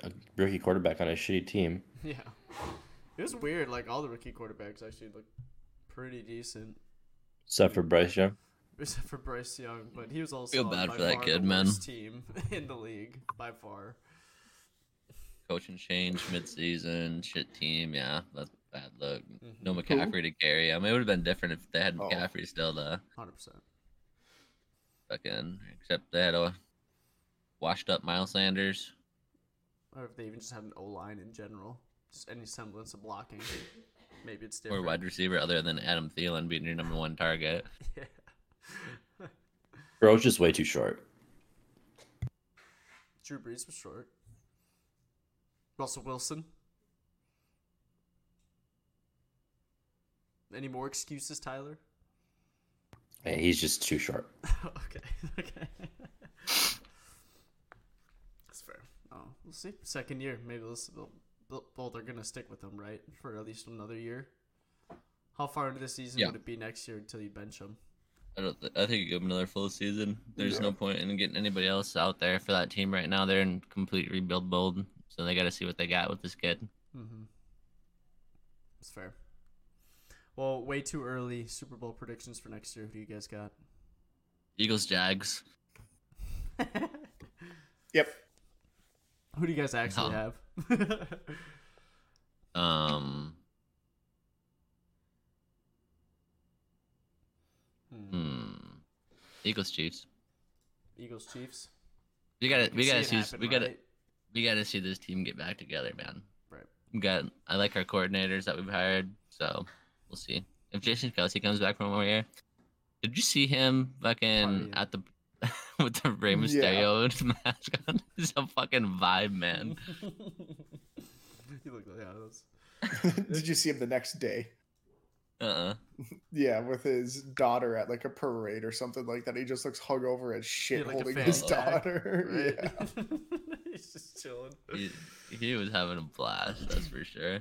[SPEAKER 2] shitty a rookie quarterback on a shitty team.
[SPEAKER 3] yeah. It was weird. Like all the rookie quarterbacks actually looked pretty decent,
[SPEAKER 2] Except for Bryce Young.
[SPEAKER 3] except for Bryce Young. But he was also
[SPEAKER 4] Feel
[SPEAKER 3] on
[SPEAKER 4] bad
[SPEAKER 3] by
[SPEAKER 4] for that
[SPEAKER 3] far
[SPEAKER 4] kid,
[SPEAKER 3] the
[SPEAKER 4] man.
[SPEAKER 3] worst Team in the league by far.
[SPEAKER 4] Coaching change mid-season, shit team. Yeah, that's a bad look.
[SPEAKER 3] Mm-hmm.
[SPEAKER 4] No McCaffrey to carry. I mean, it would have been different if they had
[SPEAKER 5] Oh.
[SPEAKER 4] McCaffrey still to
[SPEAKER 3] Hundred percent.
[SPEAKER 4] fucking. Except they had a washed-up Miles Sanders.
[SPEAKER 3] Or if they even just had an O line in general, just any semblance of blocking. Maybe it's
[SPEAKER 4] Or
[SPEAKER 3] different.
[SPEAKER 4] wide receiver other than Adam Thielen being your number one target.
[SPEAKER 3] Yeah.
[SPEAKER 2] Burrow's just way too short.
[SPEAKER 3] Drew Brees was short. Russell Wilson. Any more excuses, Tyler?
[SPEAKER 2] Yeah, he's just too short.
[SPEAKER 3] okay. Okay. That's fair. Oh, we'll see. Second year, maybe this will. Well, they're gonna stick with him, right, for at least another year. How far into the season
[SPEAKER 4] Yeah.
[SPEAKER 3] would it be next year until you bench him?
[SPEAKER 4] I don't. Th- I think you give him another full season. There's no point in getting anybody else out there for that team right now. They're in complete rebuild mode, so they got to see what they got with this kid.
[SPEAKER 3] Mm-hmm. That's fair. Well, way too early. Super Bowl predictions for next year. Who do you guys got?
[SPEAKER 4] Eagles, Jags.
[SPEAKER 5] Yep.
[SPEAKER 3] Who do you guys actually
[SPEAKER 4] No.
[SPEAKER 3] have?
[SPEAKER 4] Um. Hmm. Eagles, Chiefs.
[SPEAKER 3] Eagles, Chiefs.
[SPEAKER 4] We gotta. We
[SPEAKER 3] See
[SPEAKER 4] gotta
[SPEAKER 3] it
[SPEAKER 4] see.
[SPEAKER 3] happen,
[SPEAKER 4] we gotta.
[SPEAKER 3] right?
[SPEAKER 4] We gotta see this team get back together, man.
[SPEAKER 3] Right.
[SPEAKER 4] We got. I like our coordinators that we've hired, so we'll see. If Jason Kelsey comes back from over here, did you see him fucking
[SPEAKER 3] Partying.
[SPEAKER 4] at the with the Rey
[SPEAKER 5] Yeah.
[SPEAKER 4] Mysterio mask on? It's a fucking vibe, man.
[SPEAKER 3] you look like yeah, that was
[SPEAKER 5] Did you see him the next day?
[SPEAKER 4] Uh. uh
[SPEAKER 5] Yeah, with his daughter at like a parade or something like that. He just looks hungover as shit
[SPEAKER 3] like a
[SPEAKER 5] holding
[SPEAKER 3] fan
[SPEAKER 5] his
[SPEAKER 3] flag,
[SPEAKER 5] daughter. Yeah.
[SPEAKER 3] right. He's just chilling.
[SPEAKER 4] he, he was having a blast, that's for sure.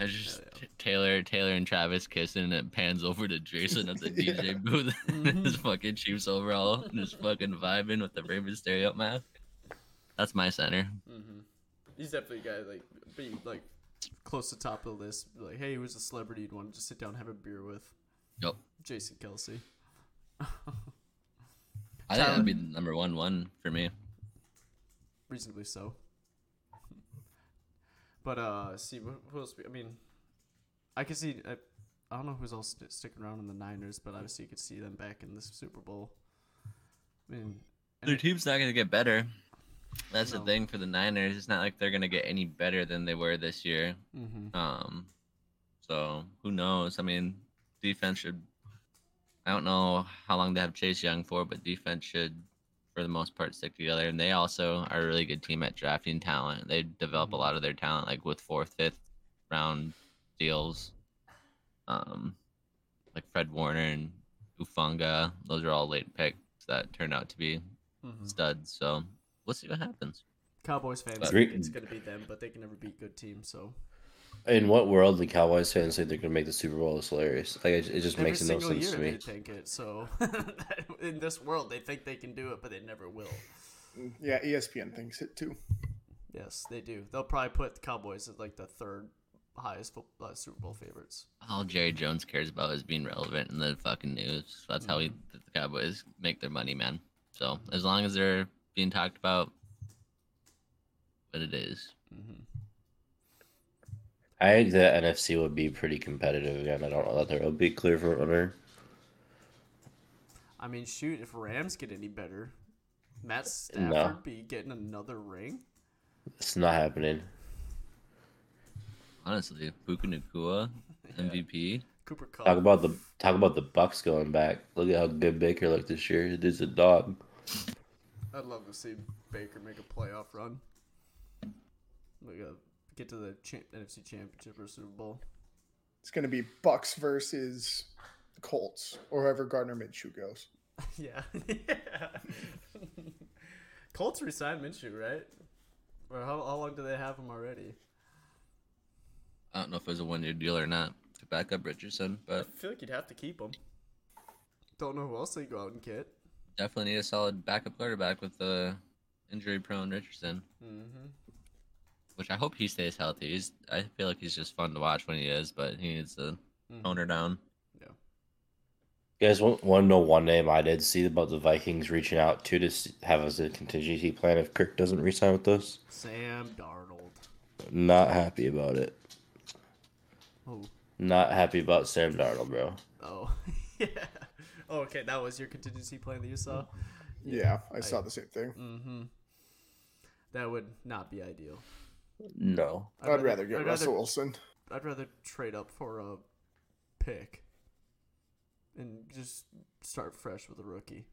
[SPEAKER 4] It's just T- Taylor, Taylor and Travis kissing, and it pans over to Jason at the
[SPEAKER 5] Yeah. Mm-hmm.
[SPEAKER 4] DJ booth in his fucking Chiefs overall, and just fucking vibing with the Rey Mysterio mask. That's my center.
[SPEAKER 5] Mm.
[SPEAKER 3] Mm-hmm. He's definitely a guy like be like close to top of the list. Like, hey, who's a celebrity you'd want to just sit down and have a beer with?
[SPEAKER 4] Yep.
[SPEAKER 3] Jason Kelsey.
[SPEAKER 4] I think that'd be the number one one for me.
[SPEAKER 3] reasonably so. But uh, see wh- who else? we- I mean, I could see. I, I don't know who's else st- sticking around in the Niners, but obviously you could see them back in the Super Bowl. I mean,
[SPEAKER 4] Their team's not gonna get better. That's
[SPEAKER 3] No.
[SPEAKER 4] the thing for the Niners. It's not like they're gonna get any better than they were this year.
[SPEAKER 3] mm-hmm.
[SPEAKER 4] Um, so who knows? I mean, defense should. I don't know how long they have Chase Young for, but defense should, for the most part, stick together. And they also are a really good team at drafting talent. They develop a
[SPEAKER 3] Mm-hmm.
[SPEAKER 4] lot of their talent like with fourth, fifth round deals. Um, like Fred Warner and Ufunga. Those are all late picks that turned out to be Mm-hmm. studs. So we'll see what happens.
[SPEAKER 3] Cowboys fans,
[SPEAKER 4] But-
[SPEAKER 3] think it's gonna be them, but they can never beat good teams. So
[SPEAKER 2] In what world the Cowboys fans think they're gonna make the Super Bowl is hilarious? Like it, it just
[SPEAKER 3] every
[SPEAKER 2] makes no
[SPEAKER 3] single
[SPEAKER 2] sense
[SPEAKER 3] year
[SPEAKER 2] to
[SPEAKER 3] they
[SPEAKER 2] me.
[SPEAKER 3] think it. So in this world, they think they can do it, but they never will.
[SPEAKER 5] Yeah, E ESPN thinks it too.
[SPEAKER 3] Yes, they do. They'll probably put the Cowboys as like the third highest fo- uh, Super Bowl favorites.
[SPEAKER 4] all Jerry Jones cares about is being relevant in the fucking news. That's how he, the Cowboys make their money, man. So as long as they're being talked about, what it is.
[SPEAKER 2] I think the NFC would be pretty competitive again. I don't know that there will be a clear front runner.
[SPEAKER 3] I mean, shoot, if Rams get any better, Matt Stafford
[SPEAKER 2] No.
[SPEAKER 3] be getting another ring.
[SPEAKER 2] It's not happening.
[SPEAKER 4] Honestly, Puka Nakua, MVP.
[SPEAKER 3] Cooper Cup.
[SPEAKER 2] Talk about the talk about the Bucks going back. Look at how good Baker looked this year. It is a dog.
[SPEAKER 3] I'd love to see Baker make a playoff run. Like a, get to the cha- NFC Championship or Super Bowl.
[SPEAKER 5] It's going to be Bucks versus Colts or whoever Gardner Minshew goes.
[SPEAKER 3] yeah. Colts resigned Minshew, right? Or how, how long do they have him already?
[SPEAKER 4] I don't know if it was a one-year deal or not to back up Richardson,
[SPEAKER 3] I
[SPEAKER 4] but
[SPEAKER 3] feel like you'd have to keep him. Don't know who else they go out and get.
[SPEAKER 4] definitely need a solid backup quarterback with the injury-prone Richardson.
[SPEAKER 3] Mm-hmm.
[SPEAKER 4] Which I hope he stays healthy. He's, I feel like he's just fun to watch when he is, but he needs to tone her down.
[SPEAKER 2] You guys want, want to know one name I did see about the Vikings reaching out to to s- have as a contingency plan if Kirk doesn't resign with us?
[SPEAKER 3] Sam Darnold.
[SPEAKER 2] Not happy about it.
[SPEAKER 3] Oh.
[SPEAKER 2] Not happy about Sam Darnold, bro.
[SPEAKER 3] Oh. yeah. Oh, okay, that was your contingency plan that you saw.
[SPEAKER 5] Yeah, I saw the same thing.
[SPEAKER 3] Mm-hmm. That would not be ideal.
[SPEAKER 2] No.
[SPEAKER 5] I'd, rather get
[SPEAKER 3] I'd
[SPEAKER 5] Russell
[SPEAKER 3] Rather,
[SPEAKER 5] Wilson.
[SPEAKER 3] I'd rather trade up for a pick and just start fresh with a rookie.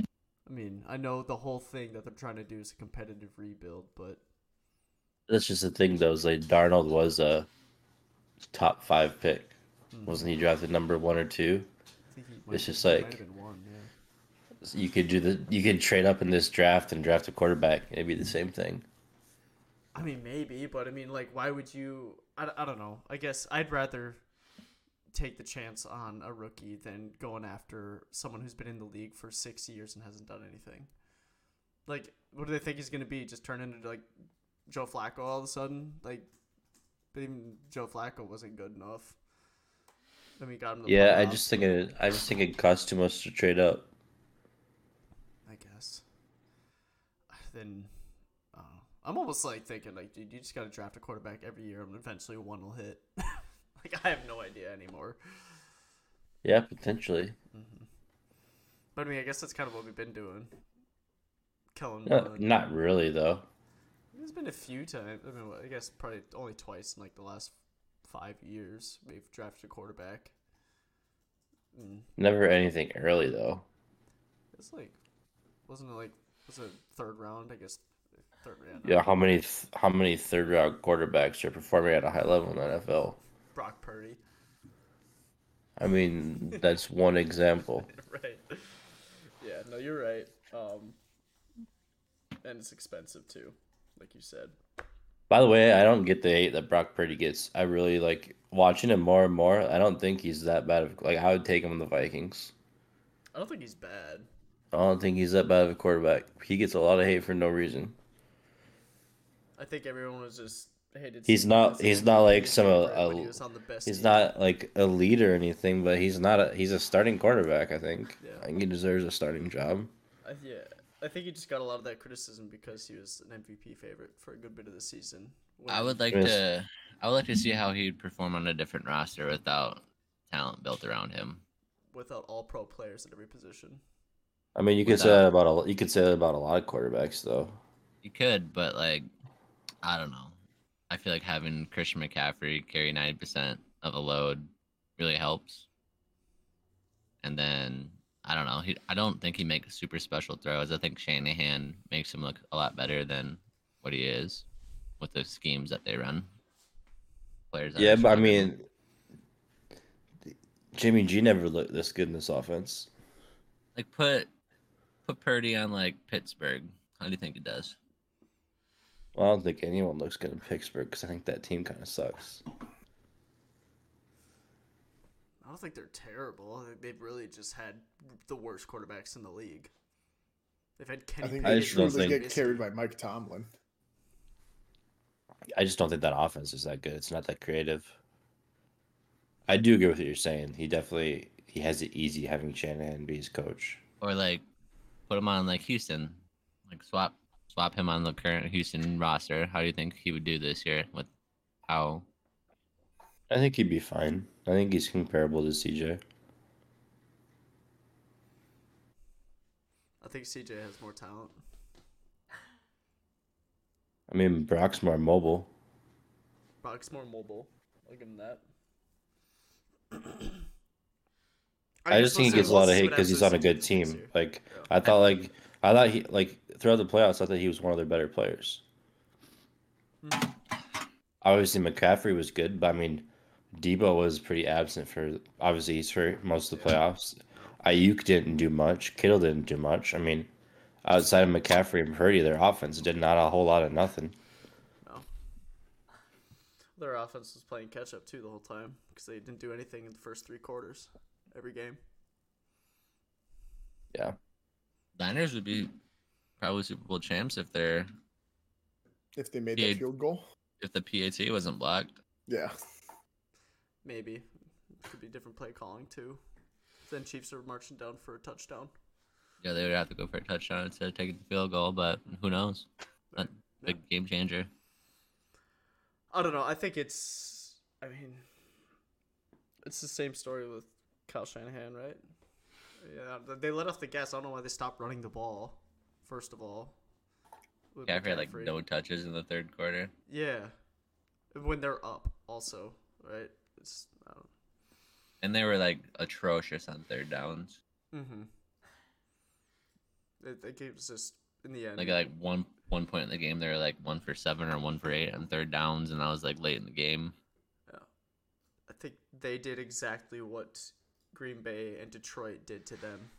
[SPEAKER 3] I mean, I know the whole thing that they're trying to do is a competitive rebuild, but
[SPEAKER 2] That's just the thing, though. Is like Darnold was a top five pick. Wasn't he drafted number one or two?
[SPEAKER 3] I think he
[SPEAKER 2] It's
[SPEAKER 3] have-
[SPEAKER 2] just
[SPEAKER 3] might
[SPEAKER 2] like-
[SPEAKER 3] have been one, yeah.
[SPEAKER 2] So you could do the you could trade up in this draft and draft a quarterback. It'd be the same thing.
[SPEAKER 3] I mean, maybe, but I mean, like, why would you? I, I don't know. I guess I'd rather take the chance on a rookie than going after someone who's been in the league for six years and hasn't done anything. Like, what do they think he's going to be? Just turn into, like, Joe Flacco all of a sudden? Like, even Joe Flacco wasn't good enough. I mean, got him. The
[SPEAKER 2] Yeah, I
[SPEAKER 3] playoffs,
[SPEAKER 2] just think it. I just think it costs too much to trade up.
[SPEAKER 3] I guess. Then, I don't know. I'm almost like thinking, like, dude, you just got to draft a quarterback every year, and eventually one will hit. like, I have no idea anymore.
[SPEAKER 2] Yeah, potentially.
[SPEAKER 3] But I mean, I guess that's kind of what we've been doing. Kellen
[SPEAKER 2] Not,
[SPEAKER 3] Mullen.
[SPEAKER 2] not really though.
[SPEAKER 3] There's been a few times. I mean, I guess probably only twice in like the last five years we've drafted a quarterback.
[SPEAKER 2] Never anything early though.
[SPEAKER 3] It's like, wasn't it like was it third round? I guess third round.
[SPEAKER 2] Yeah, how many th- how many third round quarterbacks are performing at a high level in the NFL?
[SPEAKER 3] Brock Purdy.
[SPEAKER 2] I mean, that's one example.
[SPEAKER 3] right. Yeah, no, you're right. Um, and it's expensive too, like you said.
[SPEAKER 2] By the way, I don't get the hate that Brock Purdy gets. I really like watching him more and more. I don't think he's that bad of like I would take him on the Vikings.
[SPEAKER 3] I don't think he's bad.
[SPEAKER 2] I don't think he's that bad of a quarterback. He gets a lot of hate for no reason.
[SPEAKER 3] I think everyone was just hated.
[SPEAKER 2] He's
[SPEAKER 3] Steve
[SPEAKER 2] not-
[SPEAKER 3] Smith
[SPEAKER 2] he's not like
[SPEAKER 3] for
[SPEAKER 2] some, uh,
[SPEAKER 3] when he was on the best.
[SPEAKER 2] He's
[SPEAKER 3] team.
[SPEAKER 2] not like a leader or anything, but he's not a he's a starting quarterback, I think.
[SPEAKER 3] Yeah.
[SPEAKER 2] I think he deserves a starting job.
[SPEAKER 3] I- yeah, I think he just got a lot of that criticism because he was an MVP favorite for a good bit of the season.
[SPEAKER 4] I would like
[SPEAKER 2] Yes.
[SPEAKER 4] to. I would like to see how he'd perform on a different roster without talent built around him.
[SPEAKER 3] without all pro players at every position.
[SPEAKER 2] I mean, you could say
[SPEAKER 4] Without-
[SPEAKER 2] that about a you could say that about a lot of quarterbacks though.
[SPEAKER 4] You could, but like, I don't know. I feel like having Christian McCaffrey carry ninety percent of a load really helps. And then I don't know. He, I don't think he makes super special throws. I think Shanahan makes him look a lot better than what he is with the schemes that they run. Players.
[SPEAKER 2] Yeah, but I
[SPEAKER 4] actually
[SPEAKER 2] mean, Jimmy G never looked this good in this offense.
[SPEAKER 4] Like put put Purdy on like Pittsburgh. How do you think it does?
[SPEAKER 2] Well, I don't think anyone looks good in Pittsburgh because I think that team kind of sucks.
[SPEAKER 3] I don't think they're terrible. I think they've really just had the worst quarterbacks in the league. They've had Kenny.
[SPEAKER 5] I think
[SPEAKER 2] I
[SPEAKER 5] they
[SPEAKER 3] Pickett,
[SPEAKER 2] just don't
[SPEAKER 5] truly
[SPEAKER 2] think-
[SPEAKER 5] get carried by Mike Tomlin.
[SPEAKER 2] I just don't think that offense is that good. It's not that creative. I do agree with what you're saying. He definitely he has it easy having Shanahan be his coach.
[SPEAKER 4] Or like put him on like Houston. Like swap swap him on the current Houston roster. How do you think he would do this year with how
[SPEAKER 2] I think he'd be fine. I think he's comparable to CJ.
[SPEAKER 3] I think CJ has more talent.
[SPEAKER 2] I mean, Brock's more mobile.
[SPEAKER 3] Brock's more mobile. I'll give him that. Are
[SPEAKER 2] I
[SPEAKER 3] you
[SPEAKER 2] just think he gets
[SPEAKER 3] supposed to-
[SPEAKER 2] a
[SPEAKER 3] what's
[SPEAKER 2] lot of
[SPEAKER 3] the
[SPEAKER 2] hate
[SPEAKER 3] spread
[SPEAKER 2] because he's
[SPEAKER 3] after
[SPEAKER 2] on a good
[SPEAKER 3] this year?
[SPEAKER 2] team. Like
[SPEAKER 3] Yeah.
[SPEAKER 2] I thought, like I thought he like throughout the playoffs, I thought he was one of their better players. Hmm. Obviously, McCaffrey was good, but I mean, Debo was pretty absent for obviously he's hurt most of the playoffs. Ayuk didn't do much. Kittle didn't do much. I mean, outside of McCaffrey and Purdy, their offense did not a whole lot of nothing.
[SPEAKER 3] Their offense was playing catch up too the whole time because they didn't do anything in the first three quarters, every game.
[SPEAKER 2] Yeah,
[SPEAKER 4] Niners would be probably Super Bowl champs if they're
[SPEAKER 5] If they made
[SPEAKER 4] Yeah.
[SPEAKER 5] that field goal,
[SPEAKER 4] if the PAT wasn't blocked.
[SPEAKER 5] yeah,
[SPEAKER 3] Maybe could be different play calling too. Then Chiefs are marching down for a touchdown.
[SPEAKER 4] Yeah, they would have to go for a touchdown instead of taking the field goal, but who knows? Not a big game changer.
[SPEAKER 3] I don't know. I think it's. I mean, it's the same story with Kyle Shanahan, right? Yeah, th- they let off the gas. I don't know why they stopped running the ball. First of all, with
[SPEAKER 4] McCaffrey had like
[SPEAKER 3] McCaffrey.
[SPEAKER 4] no touches in the third quarter.
[SPEAKER 3] Yeah, when they're up, also, right? It's I don't.
[SPEAKER 4] And they were like atrocious on third downs.
[SPEAKER 3] Mm-hmm. It, the game's just in the end.
[SPEAKER 4] Like like one one point in the game they were like one for seven or one for eight on third downs and I was like late in the game.
[SPEAKER 3] I think they did exactly what Green Bay and Detroit did to them.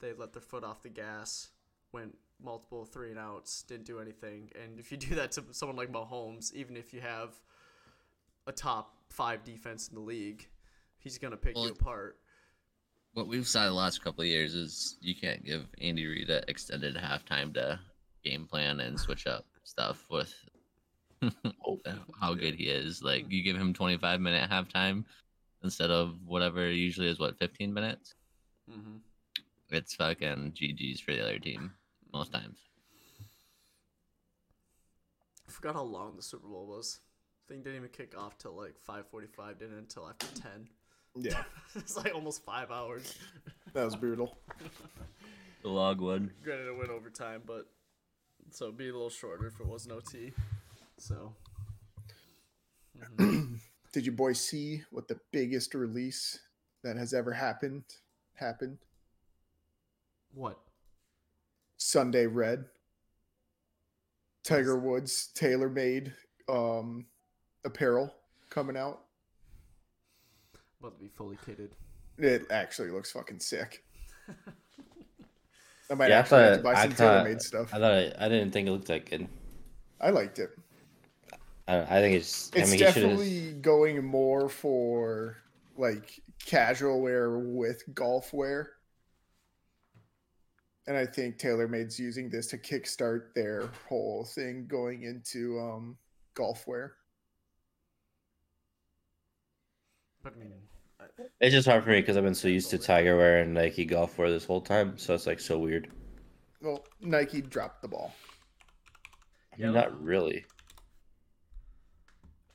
[SPEAKER 3] They let their foot off the gas, went multiple three and outs, didn't do anything. And if you do that to someone like Mahomes, even if you have a top five defense in the league, he's gonna pick
[SPEAKER 4] Well,
[SPEAKER 3] you apart.
[SPEAKER 4] What we've saw the last couple of years is you can't give Andy Reid an extended halftime to game plan and switch up stuff with how good he is. Like you give him 25 minute halftime instead of whatever usually is what 15 minutes.
[SPEAKER 3] Mm-hmm.
[SPEAKER 4] It's fucking GG's for the other team most times.
[SPEAKER 3] I forgot how long the Super Bowl was. Thing didn't even kick off till like five forty-five. Didn't until after ten.
[SPEAKER 5] yeah,
[SPEAKER 3] it's like almost five hours.
[SPEAKER 5] that was brutal.
[SPEAKER 4] The log one.
[SPEAKER 3] Granted, it went overtime, but so it'd be a little shorter if it was no T. So
[SPEAKER 5] Did you boys see what the biggest release that has ever happened happened?
[SPEAKER 3] what?
[SPEAKER 5] Sunday Red. Tiger Woods tailor made um apparel coming out.
[SPEAKER 3] About to be fully kitted.
[SPEAKER 5] It actually looks fucking sick. I might
[SPEAKER 2] yeah. I
[SPEAKER 5] actually have
[SPEAKER 2] thought
[SPEAKER 5] to buy
[SPEAKER 2] I,
[SPEAKER 5] some
[SPEAKER 2] thought,
[SPEAKER 5] tailor
[SPEAKER 2] I
[SPEAKER 5] made stuff.
[SPEAKER 2] thought I, I didn't think it looked that good.
[SPEAKER 5] I liked it.
[SPEAKER 2] I, I think it's.
[SPEAKER 5] It's
[SPEAKER 2] I mean, he should
[SPEAKER 5] definitely going more for like casual wear with golf wear. And I think TaylorMade's using this to kickstart their whole thing going into um golf wear.
[SPEAKER 3] But I mean,
[SPEAKER 2] It's just hard for me because I've been so used to Tiger wear and Nike golf wear this whole time, so it's like so weird.
[SPEAKER 5] Well, Nike dropped the ball.
[SPEAKER 2] I mean, Not really.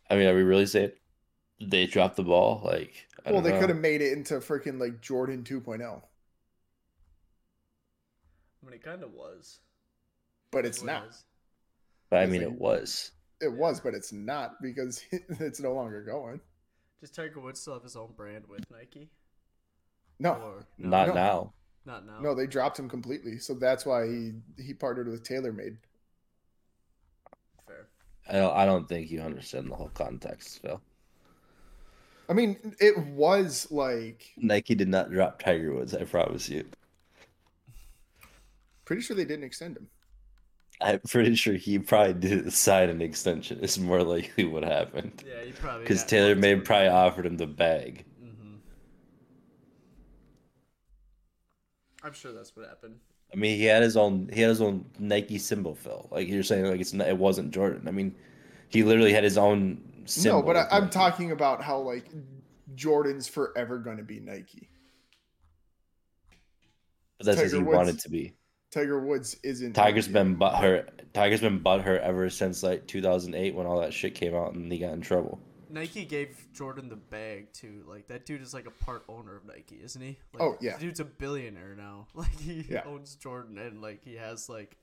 [SPEAKER 2] I mean, are we really saying they dropped the ball? Like, I
[SPEAKER 5] Well,
[SPEAKER 2] don't
[SPEAKER 5] they
[SPEAKER 2] know.
[SPEAKER 5] could have made it into freaking like Jordan oh, 2.0,
[SPEAKER 3] I mean, it kind of was.
[SPEAKER 5] but it's
[SPEAKER 3] It
[SPEAKER 5] not.
[SPEAKER 3] was.
[SPEAKER 2] But I
[SPEAKER 5] it's
[SPEAKER 2] mean,
[SPEAKER 5] like-
[SPEAKER 2] it was.
[SPEAKER 5] It was, but it's not because it's no longer going.
[SPEAKER 3] Does Tiger Woods still have his own brand with Nike?
[SPEAKER 5] No,
[SPEAKER 3] Or
[SPEAKER 2] Not
[SPEAKER 5] no.
[SPEAKER 2] now.
[SPEAKER 3] not now.
[SPEAKER 5] no, they dropped him completely. So that's why he he partnered with TaylorMade.
[SPEAKER 3] fair.
[SPEAKER 2] I don't. I don't think you understand the whole context, Phil.
[SPEAKER 5] I mean, it was like
[SPEAKER 2] Nike did not drop Tiger Woods. I promise you.
[SPEAKER 5] pretty sure they didn't extend him.
[SPEAKER 2] I'm pretty sure he probably did sign an extension. It's more likely what happened
[SPEAKER 3] Yeah, you probably.
[SPEAKER 2] because Taylor TaylorMade probably offered him the bag.
[SPEAKER 3] Mm-hmm. I'm sure that's what happened.
[SPEAKER 2] I mean, he had his own he had his own Nike symbol, Phil. Like you're saying, like it's not, it wasn't Jordan. I mean, he literally had his own symbol.
[SPEAKER 5] no, but I,
[SPEAKER 2] with
[SPEAKER 5] I'm
[SPEAKER 2] Nike.
[SPEAKER 5] talking about how like Jordan's forever going to be Nike.
[SPEAKER 2] But that's because he
[SPEAKER 5] Tiger
[SPEAKER 2] wanted
[SPEAKER 5] Woods.
[SPEAKER 2] to be.
[SPEAKER 5] Tiger Woods isn't.
[SPEAKER 2] Tiger's
[SPEAKER 5] Nike.
[SPEAKER 2] been butthurt. Tiger's been butthurt ever since like 2008 when all that shit came out and he got in trouble.
[SPEAKER 3] Nike gave Jordan the bag too. Like that dude is like a part owner of Nike, isn't he? Like,
[SPEAKER 5] Oh, yeah.
[SPEAKER 3] the dude's a billionaire now. Like he
[SPEAKER 5] Yeah.
[SPEAKER 3] owns Jordan and like he has like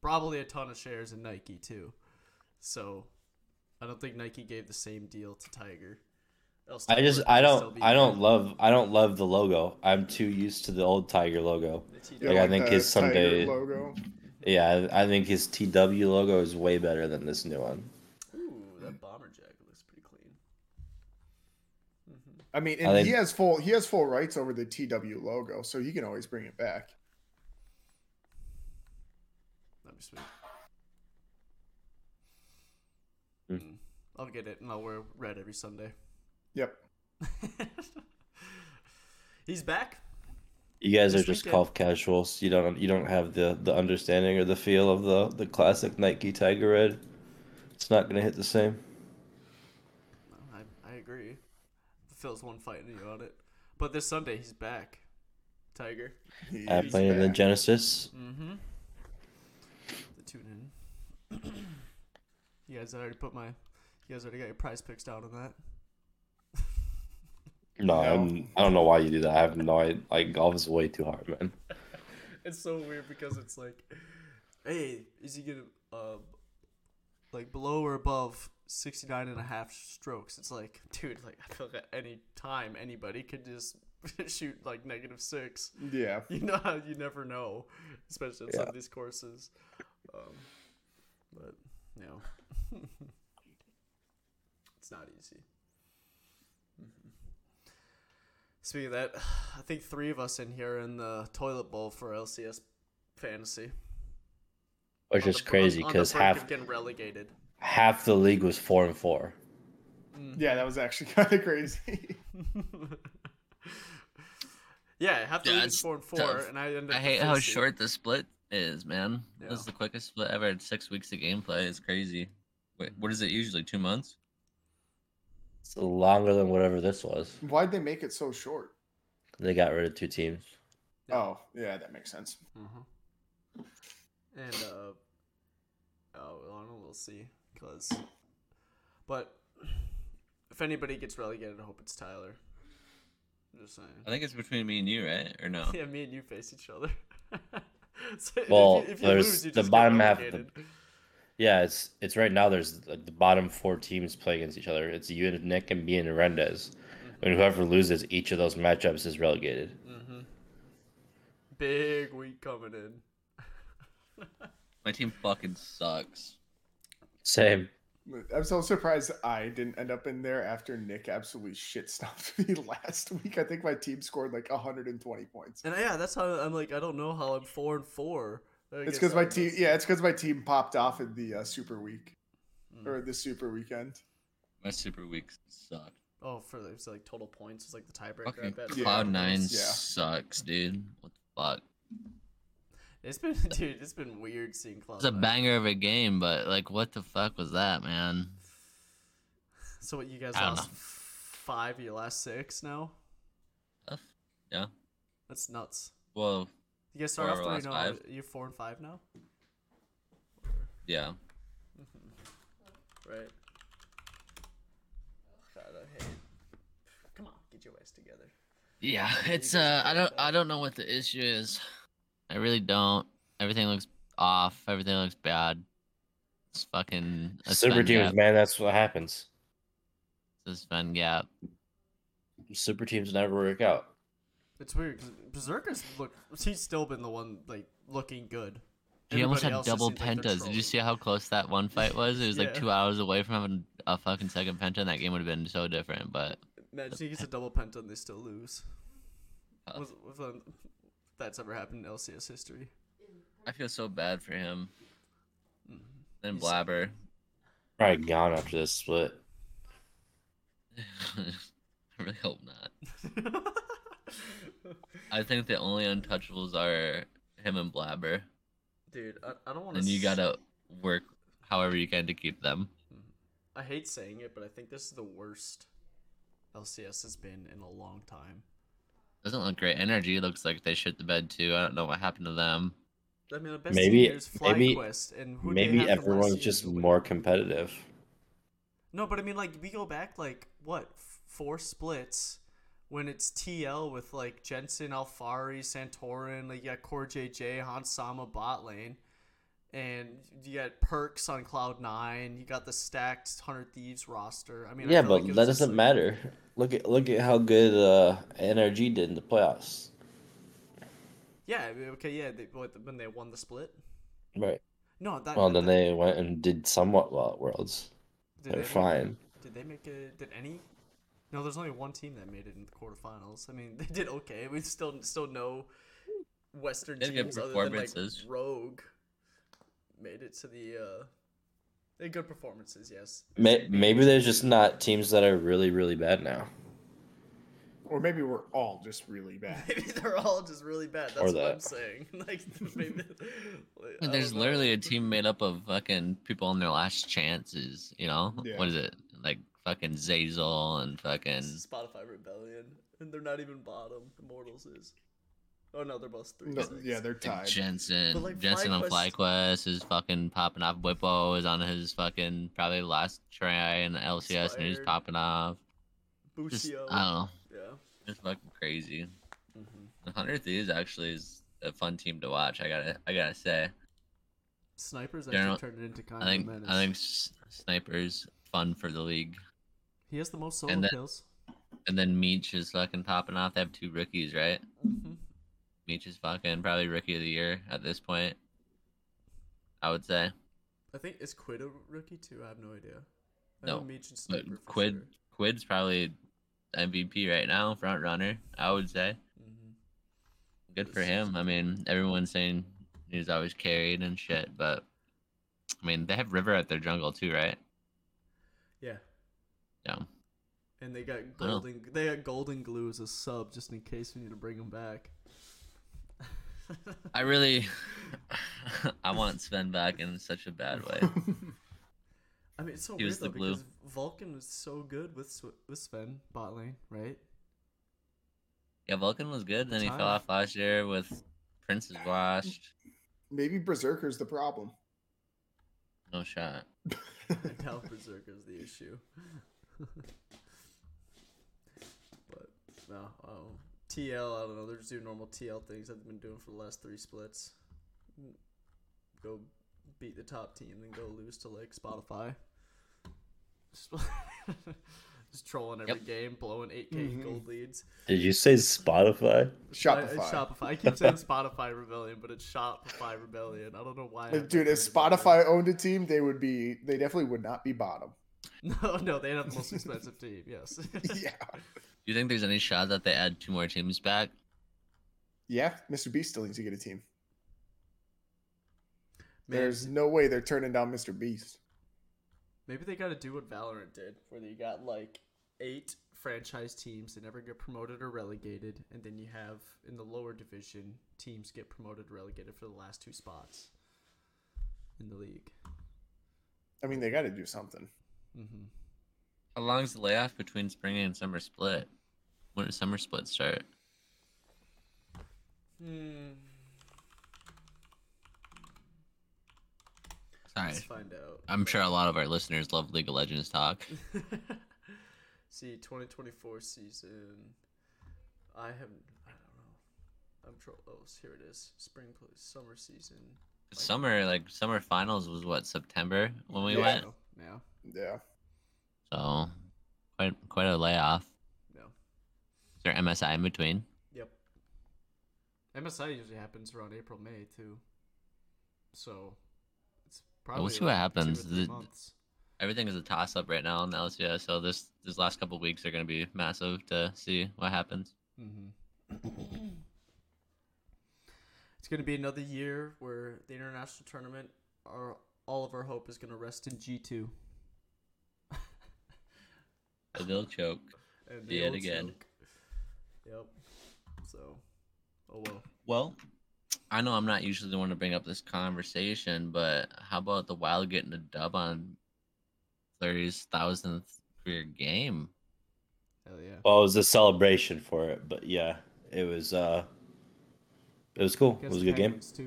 [SPEAKER 3] probably a ton of shares in Nike too. So I don't think Nike gave the same deal to Tiger. Else
[SPEAKER 2] I
[SPEAKER 3] Tiger
[SPEAKER 2] just
[SPEAKER 3] would
[SPEAKER 2] I
[SPEAKER 3] still
[SPEAKER 2] don't
[SPEAKER 3] be
[SPEAKER 2] I don't
[SPEAKER 3] there.
[SPEAKER 2] love I don't love the logo. I'm too used to the old Tiger logo.
[SPEAKER 3] It's
[SPEAKER 5] Yeah,
[SPEAKER 3] either-
[SPEAKER 2] Like, I think
[SPEAKER 5] the
[SPEAKER 2] his
[SPEAKER 5] tiger
[SPEAKER 2] someday-
[SPEAKER 5] logo.
[SPEAKER 2] Yeah, I, I think his TW logo is way better than this new one.
[SPEAKER 3] Ooh, that bomber jacket looks pretty clean.
[SPEAKER 5] I mean, and
[SPEAKER 2] I think-
[SPEAKER 5] he has full he has full rights over the TW logo, so he can always bring it back.
[SPEAKER 3] That'd be sweet.
[SPEAKER 2] Hmm.
[SPEAKER 3] Mm. I'll get it and I'll wear red every Sunday.
[SPEAKER 5] Yep.
[SPEAKER 3] He's back.
[SPEAKER 2] You guys
[SPEAKER 3] This
[SPEAKER 2] are just
[SPEAKER 3] weekend.
[SPEAKER 2] golf casuals. You don't you don't have the the understanding or the feel of the the classic Nike Tiger Red. It's not gonna hit the same.
[SPEAKER 3] I, I agree. Phil's one fighting you on it. But this Sunday, he's back. Tiger.
[SPEAKER 5] He
[SPEAKER 2] I
[SPEAKER 5] is
[SPEAKER 2] played it Mm, in
[SPEAKER 5] back.
[SPEAKER 2] Genesis.
[SPEAKER 3] Mm-hmm. The tune in. you guys already put my... You guys already got your prize picks down on that.
[SPEAKER 2] No, I'm- I don't know why you do that. I have no idea. Like golf is way too hard, man.
[SPEAKER 3] It's so weird because it's like, hey, is he gonna uh, like below or above 69 and a half strokes? It's like, dude, like I feel like at any time anybody could just shoot like negative six.
[SPEAKER 5] Yeah.
[SPEAKER 3] You know, how you never know, especially on some of these courses. Um, but you know, it's not easy. Mm-hmm. Speaking of that, I think three of us in here are in the toilet bowl for LCS fantasy.
[SPEAKER 2] Which
[SPEAKER 3] On
[SPEAKER 2] is
[SPEAKER 3] the- on-
[SPEAKER 2] crazy
[SPEAKER 3] on the
[SPEAKER 2] because
[SPEAKER 3] brink
[SPEAKER 2] half
[SPEAKER 3] of getting relegated.
[SPEAKER 2] half the league was four and four.
[SPEAKER 5] Yeah, that was actually kind of crazy.
[SPEAKER 3] yeah, half the
[SPEAKER 4] Yeah,
[SPEAKER 3] league is
[SPEAKER 4] it's
[SPEAKER 3] four and four,
[SPEAKER 4] tough.
[SPEAKER 3] and I ended up.
[SPEAKER 4] I
[SPEAKER 3] in
[SPEAKER 4] hate how
[SPEAKER 3] fifth seed.
[SPEAKER 4] short the split is, man.
[SPEAKER 3] Yeah.
[SPEAKER 4] This is the quickest split ever. It's six weeks of gameplay. It's crazy. Wait, what is it usually? Two months?
[SPEAKER 2] It's longer than whatever this was.
[SPEAKER 5] Why'd they make it so short?
[SPEAKER 2] They got rid of two teams.
[SPEAKER 3] Yeah.
[SPEAKER 5] Oh, yeah, that makes sense.
[SPEAKER 3] Mhm. And uh, oh, I don't know. We'll see. Cause, but if anybody gets relegated, I hope it's Tyler. I'm just saying.
[SPEAKER 4] I think it's between me and you, right? Or no?
[SPEAKER 3] Yeah, me and you face each other. So if you-
[SPEAKER 2] Well,
[SPEAKER 3] if you
[SPEAKER 2] there's
[SPEAKER 3] lose, you
[SPEAKER 2] the
[SPEAKER 3] just get
[SPEAKER 2] bottom half of the-
[SPEAKER 3] relegated.
[SPEAKER 2] Yeah, it's it's right now. There's like the bottom four teams play against each other. It's you and Nick and me and Rendez,
[SPEAKER 3] Mm-hmm.
[SPEAKER 2] and whoever loses each of those matchups is relegated.
[SPEAKER 3] Big week coming in.
[SPEAKER 4] My team fucking sucks.
[SPEAKER 2] Same.
[SPEAKER 5] I'm so surprised I didn't end up in there after Nick absolutely shit stomped me last week. I think my team scored like 120 points.
[SPEAKER 3] And uh, yeah, that's how I'm like. I don't know how I'm four and four.
[SPEAKER 5] It's because my team, yeah, it's because my team popped off in the uh, Super Week
[SPEAKER 3] Mm.
[SPEAKER 5] or the Super Weekend.
[SPEAKER 4] My super weeks suck.
[SPEAKER 3] Oh, for the- it's like total points. It's like the tiebreaker. I
[SPEAKER 4] Fucking
[SPEAKER 3] bet.
[SPEAKER 5] Yeah.
[SPEAKER 4] Cloud Oh, Nine
[SPEAKER 5] Yeah.
[SPEAKER 4] sucks, dude. What the fuck?
[SPEAKER 3] It's been, dude. It's been weird seeing Cloud.
[SPEAKER 4] It's a banger of a game, but like, what the fuck was that, man?
[SPEAKER 3] So what you guys
[SPEAKER 4] I don't
[SPEAKER 3] lost
[SPEAKER 4] know.
[SPEAKER 3] five of your last six now?
[SPEAKER 4] Tough. Yeah.
[SPEAKER 3] That's nuts.
[SPEAKER 4] Well,
[SPEAKER 3] You guys start
[SPEAKER 4] Four
[SPEAKER 3] off
[SPEAKER 4] of
[SPEAKER 3] three
[SPEAKER 4] our
[SPEAKER 3] now.
[SPEAKER 4] last
[SPEAKER 3] uh, You're four and five now,
[SPEAKER 4] yeah.
[SPEAKER 3] right? God, I hate. it. Come on, get your ass together.
[SPEAKER 4] Yeah, it's uh I don't I don't know what the issue is. I really don't. Everything looks off, everything looks bad. It's fucking a
[SPEAKER 2] Super
[SPEAKER 4] spend
[SPEAKER 2] teams,
[SPEAKER 4] gap.
[SPEAKER 2] man. That's what happens.
[SPEAKER 4] It's a spend gap.
[SPEAKER 2] Super teams never work out.
[SPEAKER 3] It's weird because Berserker's look. He's still been the one like looking good.
[SPEAKER 4] He
[SPEAKER 3] Everybody
[SPEAKER 4] almost had
[SPEAKER 3] else just
[SPEAKER 4] double
[SPEAKER 3] seems like they're
[SPEAKER 4] pentas. Did you
[SPEAKER 3] trolling.
[SPEAKER 4] see how close that one fight was? It was like
[SPEAKER 3] Yeah.
[SPEAKER 4] two hours away from having a fucking second penta, and that game would have been so different. But
[SPEAKER 3] Imagine he gets a double penta and they still lose.
[SPEAKER 4] Tough.
[SPEAKER 3] Was, was, um, that's ever happened in LCS history.
[SPEAKER 4] I feel so bad for him. And
[SPEAKER 3] He's-
[SPEAKER 4] Blabber.
[SPEAKER 2] Probably gone after this split.
[SPEAKER 4] I really hope not. I think the only untouchables are him and Blabber.
[SPEAKER 3] Dude, I, I don't want to.
[SPEAKER 4] and you gotta work however you can to keep them.
[SPEAKER 3] I hate saying it, but I think this is the worst LCS has been in a long time.
[SPEAKER 4] Doesn't look great. Energy looks like they shit the bed too. I don't know what happened to them.
[SPEAKER 3] I mean, the best
[SPEAKER 2] Maybe-
[SPEAKER 3] team here is
[SPEAKER 2] maybe-
[SPEAKER 3] FlyQuest, and who they
[SPEAKER 2] Maybe
[SPEAKER 3] have from last
[SPEAKER 2] everyone's
[SPEAKER 3] season
[SPEAKER 2] just
[SPEAKER 3] is nobody.
[SPEAKER 2] more competitive.
[SPEAKER 3] No, but I mean, like, we go back, like, what, f- four splits when it's TL with, like, Jensen, Alfari, Santorin, like, you got Core JJ, Hansama bot lane, and you got Perks on Cloud9, you got the stacked 100 Thieves roster. I mean, I
[SPEAKER 2] yeah,
[SPEAKER 3] feel
[SPEAKER 2] but
[SPEAKER 3] like it
[SPEAKER 2] that
[SPEAKER 3] was just,
[SPEAKER 2] doesn't
[SPEAKER 3] like-
[SPEAKER 2] matter. Look at look at how good uh, NRG did in the playoffs.
[SPEAKER 3] Yeah, I mean, okay, yeah, they, what, when they won the split?
[SPEAKER 2] Right.
[SPEAKER 3] No, that.
[SPEAKER 2] Well,
[SPEAKER 3] that-
[SPEAKER 2] then they went and did somewhat well at Worlds.
[SPEAKER 3] did
[SPEAKER 2] They're
[SPEAKER 3] they-
[SPEAKER 2] fine.
[SPEAKER 3] Did they make it? Did any? No, there's only one team that made it in the quarterfinals. I mean, they did okay. We still still no Western
[SPEAKER 4] They had good
[SPEAKER 3] teams other than like
[SPEAKER 4] performances.
[SPEAKER 3] Rogue made it to the. uh They had good performances, yes.
[SPEAKER 2] May- Maybe there's just not teams that are really, really bad now.
[SPEAKER 5] Or maybe we're all just really bad.
[SPEAKER 3] Maybe they're all just really bad. That's
[SPEAKER 2] Or
[SPEAKER 3] what I'm
[SPEAKER 2] that.
[SPEAKER 3] saying. Like, maybe, like, I
[SPEAKER 4] There's
[SPEAKER 3] don't know.
[SPEAKER 4] literally a team made up of fucking people on their last chances. You know
[SPEAKER 5] Yeah.
[SPEAKER 4] what is it like? Fucking Zazel and fucking
[SPEAKER 3] Spotify Rebellion, and they're not even bottom. Immortals is. Oh no, they're both three.
[SPEAKER 5] No,
[SPEAKER 3] six.
[SPEAKER 5] yeah, they're
[SPEAKER 4] like
[SPEAKER 5] tied.
[SPEAKER 4] Jensen.
[SPEAKER 3] But, like,
[SPEAKER 4] Jensen on
[SPEAKER 3] FlyQuest-
[SPEAKER 4] FlyQuest is fucking popping off. Whippo is on his fucking probably last try and LCS and he's
[SPEAKER 3] Inspired.
[SPEAKER 4] popping off. Just,
[SPEAKER 3] Busio.
[SPEAKER 4] I don't know.
[SPEAKER 3] Yeah.
[SPEAKER 4] It's fucking crazy.
[SPEAKER 3] hmm
[SPEAKER 4] The Hunter Thieves actually is a fun team to watch. I gotta, I gotta say.
[SPEAKER 3] Snipers
[SPEAKER 4] They're
[SPEAKER 3] actually
[SPEAKER 4] not-
[SPEAKER 3] turned it into kind
[SPEAKER 4] I
[SPEAKER 3] of
[SPEAKER 4] think,
[SPEAKER 3] menace.
[SPEAKER 4] I think S- Sniper's fun for the league.
[SPEAKER 3] he has the most solo
[SPEAKER 4] then-
[SPEAKER 3] kills.
[SPEAKER 4] And then Meech is fucking popping off. They have two rookies, right?
[SPEAKER 3] hmm
[SPEAKER 4] Meech is fucking probably rookie of the year at this point. I would say.
[SPEAKER 3] I think is Quid a rookie too? I have no idea. I
[SPEAKER 4] No,
[SPEAKER 3] know Meech and
[SPEAKER 4] But
[SPEAKER 3] Sniper for
[SPEAKER 4] Quid,
[SPEAKER 3] Sure.
[SPEAKER 4] Quid's probably MVP right now, front runner. I would say. Mm-hmm.
[SPEAKER 3] Mhm.
[SPEAKER 4] Good for
[SPEAKER 3] This is-
[SPEAKER 4] him. I mean, everyone's saying he's always carried and shit, but I mean, they have River at their jungle too, right?
[SPEAKER 3] Yeah,
[SPEAKER 4] Yeah.
[SPEAKER 3] and they got
[SPEAKER 4] know.
[SPEAKER 3] golden. They got golden glue as a sub just in case we need to bring him back.
[SPEAKER 4] I really, I want Sven back in such a bad way.
[SPEAKER 3] I mean, it's so
[SPEAKER 4] He
[SPEAKER 3] weird
[SPEAKER 4] was
[SPEAKER 3] though
[SPEAKER 4] the glue.
[SPEAKER 3] because Vulcan was so good with Sw- with Sven bot lane, right?
[SPEAKER 4] Yeah, Vulcan was good, then he fell
[SPEAKER 3] Tough.
[SPEAKER 4] off last year with Prince is washed.
[SPEAKER 5] Maybe Berserker's the problem.
[SPEAKER 4] No shot.
[SPEAKER 3] now Berserker's the issue. but no, um, TL. I don't know. They're just doing normal TL things that they've been doing for the last three splits. Go beat the top team, then go lose to like Spotify. Just, just trolling every
[SPEAKER 4] Yep.
[SPEAKER 3] game, blowing eight k gold leads.
[SPEAKER 2] Did you say Spotify?
[SPEAKER 3] I-
[SPEAKER 5] Mm-hmm. Shopify.
[SPEAKER 3] it's Shopify. I keep saying Spotify Rebellion, but it's Shopify Rebellion. I don't know why. I
[SPEAKER 5] Like,
[SPEAKER 3] have that
[SPEAKER 5] dude, if
[SPEAKER 3] word in my
[SPEAKER 5] Spotify owned a team, they would be. They definitely would not be bottom.
[SPEAKER 3] head. No, no, they have the most expensive team. Yes.
[SPEAKER 5] Yeah.
[SPEAKER 4] Do you think there's any shot that they add two more teams back?
[SPEAKER 5] Yeah. Mr. Beast still needs to get a team.
[SPEAKER 3] Man,
[SPEAKER 5] There's no way they're turning down Mr. Beast.
[SPEAKER 3] Maybe they got to do what Valorant did, where you got like eight franchise teams that never get promoted or relegated, and then you have in the lower division teams get promoted or relegated for the last two spots in the league.
[SPEAKER 5] I mean, they got to do something.
[SPEAKER 3] Mm-hmm.
[SPEAKER 4] How long's the layoff between spring and summer split? When does summer split start? Sorry.
[SPEAKER 3] Let's find out.
[SPEAKER 4] I'm sure a lot of our listeners love League of Legends talk.
[SPEAKER 3] See, 2024 season. I have. I don't know. I'm tro- Oh, here it is. Spring, play, summer season.
[SPEAKER 4] Summer, like summer finals, was what September when we
[SPEAKER 5] Yeah.
[SPEAKER 4] went.
[SPEAKER 3] Yeah.
[SPEAKER 5] Yeah.
[SPEAKER 4] So quite quite a layoff.
[SPEAKER 3] No.
[SPEAKER 4] Is there MSI in between?
[SPEAKER 3] Yep. MSI usually happens around April, May too. So it's probably.
[SPEAKER 4] see what
[SPEAKER 3] like, two
[SPEAKER 4] happens.
[SPEAKER 3] or three
[SPEAKER 4] The-
[SPEAKER 3] months.
[SPEAKER 4] Everything is a toss up right now in the LCS. So this this last couple weeks are going to be massive to see what happens.
[SPEAKER 3] Mhm. it's going to be another year where the international tournament, our all of our hope is going to rest in G two.
[SPEAKER 4] But they'll choke.
[SPEAKER 3] And
[SPEAKER 4] Yet
[SPEAKER 3] old
[SPEAKER 4] again.
[SPEAKER 3] joke. Yep. So, oh well.
[SPEAKER 4] Well, I know I'm not usually the one to bring up this conversation, but how about the Wild getting a dub on Flurry's thousandth career game?
[SPEAKER 3] Hell yeah.
[SPEAKER 2] Well, it was a celebration for it, but yeah, it was. uh It was cool. It was a good game. Mm-hmm.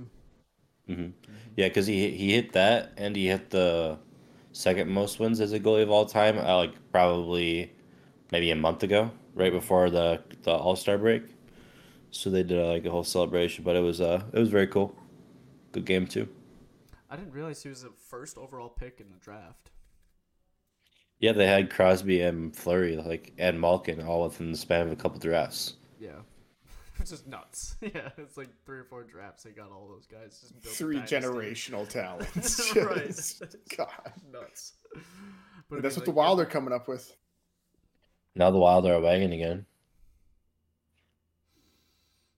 [SPEAKER 3] Penguins, Too.
[SPEAKER 2] Yeah, because he he hit that and he hit the second most wins as a goalie of all time. Uh, like probably maybe a month ago, right before the the All Star break. So they did uh, like a whole celebration, but it was uh it was very cool. Good game too.
[SPEAKER 3] I didn't realize he was the first overall pick in the draft.
[SPEAKER 2] Yeah, they had Crosby and Flurry, like and Malkin, all within the span of a couple drafts.
[SPEAKER 3] Yeah. Which is nuts. Yeah, it's like three or four drafts. They got all those guys. Just built a
[SPEAKER 5] Three
[SPEAKER 3] dynasty.
[SPEAKER 5] generational talents.
[SPEAKER 3] Right.
[SPEAKER 5] Just- God.
[SPEAKER 3] Nuts. But I
[SPEAKER 5] But that's
[SPEAKER 3] mean,
[SPEAKER 5] what the
[SPEAKER 3] like,
[SPEAKER 5] Wild are coming up with.
[SPEAKER 2] Now the Wild are wagon again.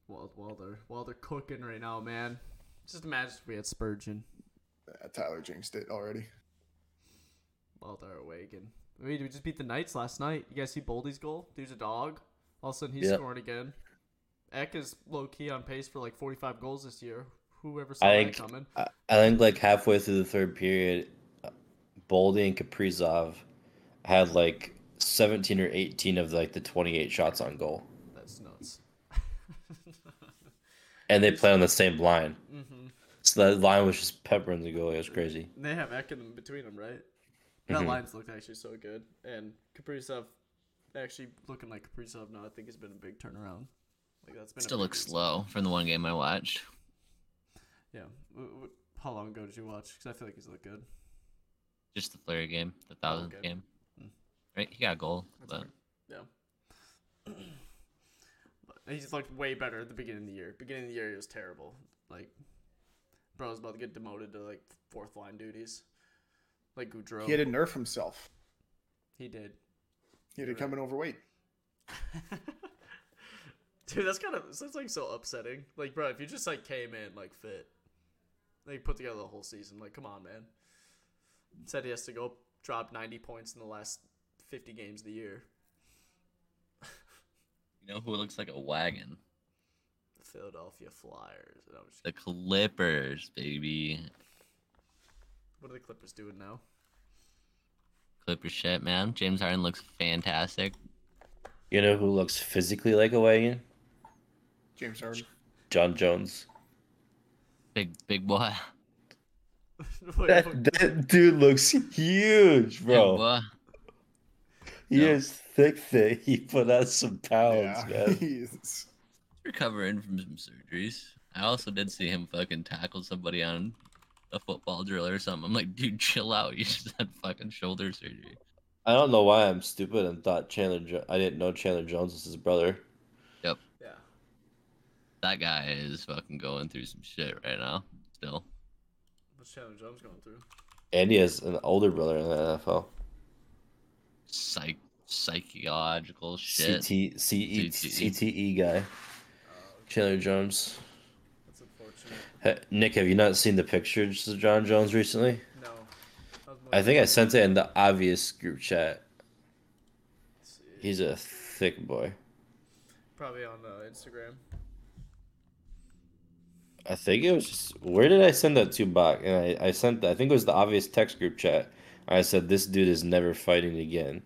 [SPEAKER 3] Wild, while they're while they're cooking right now, man. Just imagine if we had Spurgeon
[SPEAKER 5] Uh, Tyler jinxed it already.
[SPEAKER 3] while they're awakened. I mean, we just beat the Knights last night. You guys see Boldy's goal? Dude's a dog. All of a sudden, he's
[SPEAKER 2] Yeah.
[SPEAKER 3] scoring again. Eck is low key on pace for like 45 goals this year. Whoever saw
[SPEAKER 2] I
[SPEAKER 3] that
[SPEAKER 2] think
[SPEAKER 3] coming.
[SPEAKER 2] I, I think like halfway through the third period, uh, Boldy and Kaprizov had like seventeen or eighteen of like the twenty eight shots on goal,
[SPEAKER 3] That's nuts.
[SPEAKER 2] and they played on the same line.
[SPEAKER 3] hmm
[SPEAKER 2] So that line was just peppering the goalie. It was crazy.
[SPEAKER 3] They have Eck in between them, right? That
[SPEAKER 4] Mm-hmm.
[SPEAKER 2] Mhm.
[SPEAKER 3] line's looked actually so good. And Kaprizov, actually looking like Kaprizov now, I think has been a big turnaround. Like that's been a
[SPEAKER 4] Still
[SPEAKER 3] big
[SPEAKER 4] looks
[SPEAKER 3] reason.
[SPEAKER 4] slow from the one game I watched.
[SPEAKER 3] Yeah. W- w- How long ago did you watch? Because I feel like he's looked good.
[SPEAKER 4] Just the Flurry game, the thousandth
[SPEAKER 3] okay.
[SPEAKER 4] game. Right, he got a goal, but
[SPEAKER 3] Yeah. but he just looked way better at the beginning of the year. Beginning of the year, he was terrible. Like, bro was about to get demoted to like fourth line duties, like Goudreau.
[SPEAKER 5] He had to nerf himself.
[SPEAKER 3] He did.
[SPEAKER 5] He had to come in overweight.
[SPEAKER 3] Dude, that's kind of that's like so upsetting. Like, bro, if you just like came in like fit, like put together the whole season, like, come on, man. Said he has to go drop ninety points in the last fifty games of the year.
[SPEAKER 4] you know who looks like a wagon?
[SPEAKER 3] Philadelphia Flyers. And I was just,
[SPEAKER 4] The Clippers, baby.
[SPEAKER 3] what are the Clippers doing now?
[SPEAKER 4] Clipper shit, man. James Harden looks fantastic.
[SPEAKER 2] You know who looks physically like a wagon?
[SPEAKER 5] James Harden.
[SPEAKER 2] John Jones.
[SPEAKER 4] Big big boy.
[SPEAKER 3] Wait,
[SPEAKER 2] That, that dude looks huge,
[SPEAKER 4] Big
[SPEAKER 2] bro.
[SPEAKER 4] boy.
[SPEAKER 2] He is thick, thick. He put on some pounds,
[SPEAKER 5] Yeah.
[SPEAKER 2] man.
[SPEAKER 5] He's-
[SPEAKER 4] Recovering from some surgeries. I also did see him fucking tackle somebody on a football drill or something. I'm like, dude, chill out. You just had fucking shoulder surgery.
[SPEAKER 2] I don't know why I'm stupid and thought Chandler. Jo- I didn't know Chandler Jones was his brother.
[SPEAKER 3] yeah.
[SPEAKER 4] That guy is fucking going through some shit right now. Still.
[SPEAKER 3] What's Chandler Jones going through?
[SPEAKER 2] And he has an older brother in the NFL.
[SPEAKER 4] Psych psychological shit.
[SPEAKER 2] CT, CE,
[SPEAKER 4] CTE.
[SPEAKER 2] CTE E guy. Chandler Jones.
[SPEAKER 3] That's unfortunate.
[SPEAKER 2] Hey, Nick, have you not seen the pictures of John Jones recently?
[SPEAKER 3] No. That was
[SPEAKER 2] I
[SPEAKER 3] more-
[SPEAKER 2] think I sent it in the obvious group chat.
[SPEAKER 3] let's see.
[SPEAKER 2] He's a thick boy.
[SPEAKER 3] probably on uh, Instagram.
[SPEAKER 2] I think it was just where did I send that to Bach? And I, I sent I think it was the obvious text group chat. I said this dude is never fighting again.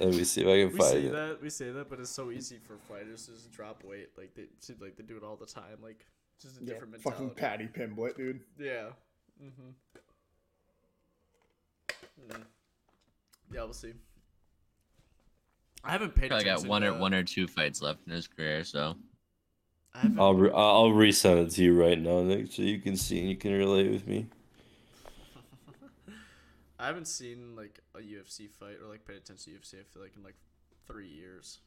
[SPEAKER 2] Let me see if I can
[SPEAKER 3] We
[SPEAKER 2] find
[SPEAKER 3] say
[SPEAKER 2] it.
[SPEAKER 3] that, we say that, but it's so easy for fighters to just drop weight. Like they seem like they do it all the time. Like just a
[SPEAKER 5] yeah,
[SPEAKER 3] different mentality.
[SPEAKER 5] fucking Patty Pimblett, dude.
[SPEAKER 3] Yeah. Mm-hmm. Mm. Yeah, we'll see. I haven't paid
[SPEAKER 4] Probably got
[SPEAKER 3] attention.
[SPEAKER 4] one or
[SPEAKER 3] to-
[SPEAKER 4] one or two fights left in his career, so
[SPEAKER 3] I haven't
[SPEAKER 4] Oh.
[SPEAKER 2] I'll re- I'll resend it to you right now, Nick, so you can see and you can relate with me.
[SPEAKER 3] I haven't seen like a UFC fight or like paid attention to UFC. I feel like in like three years.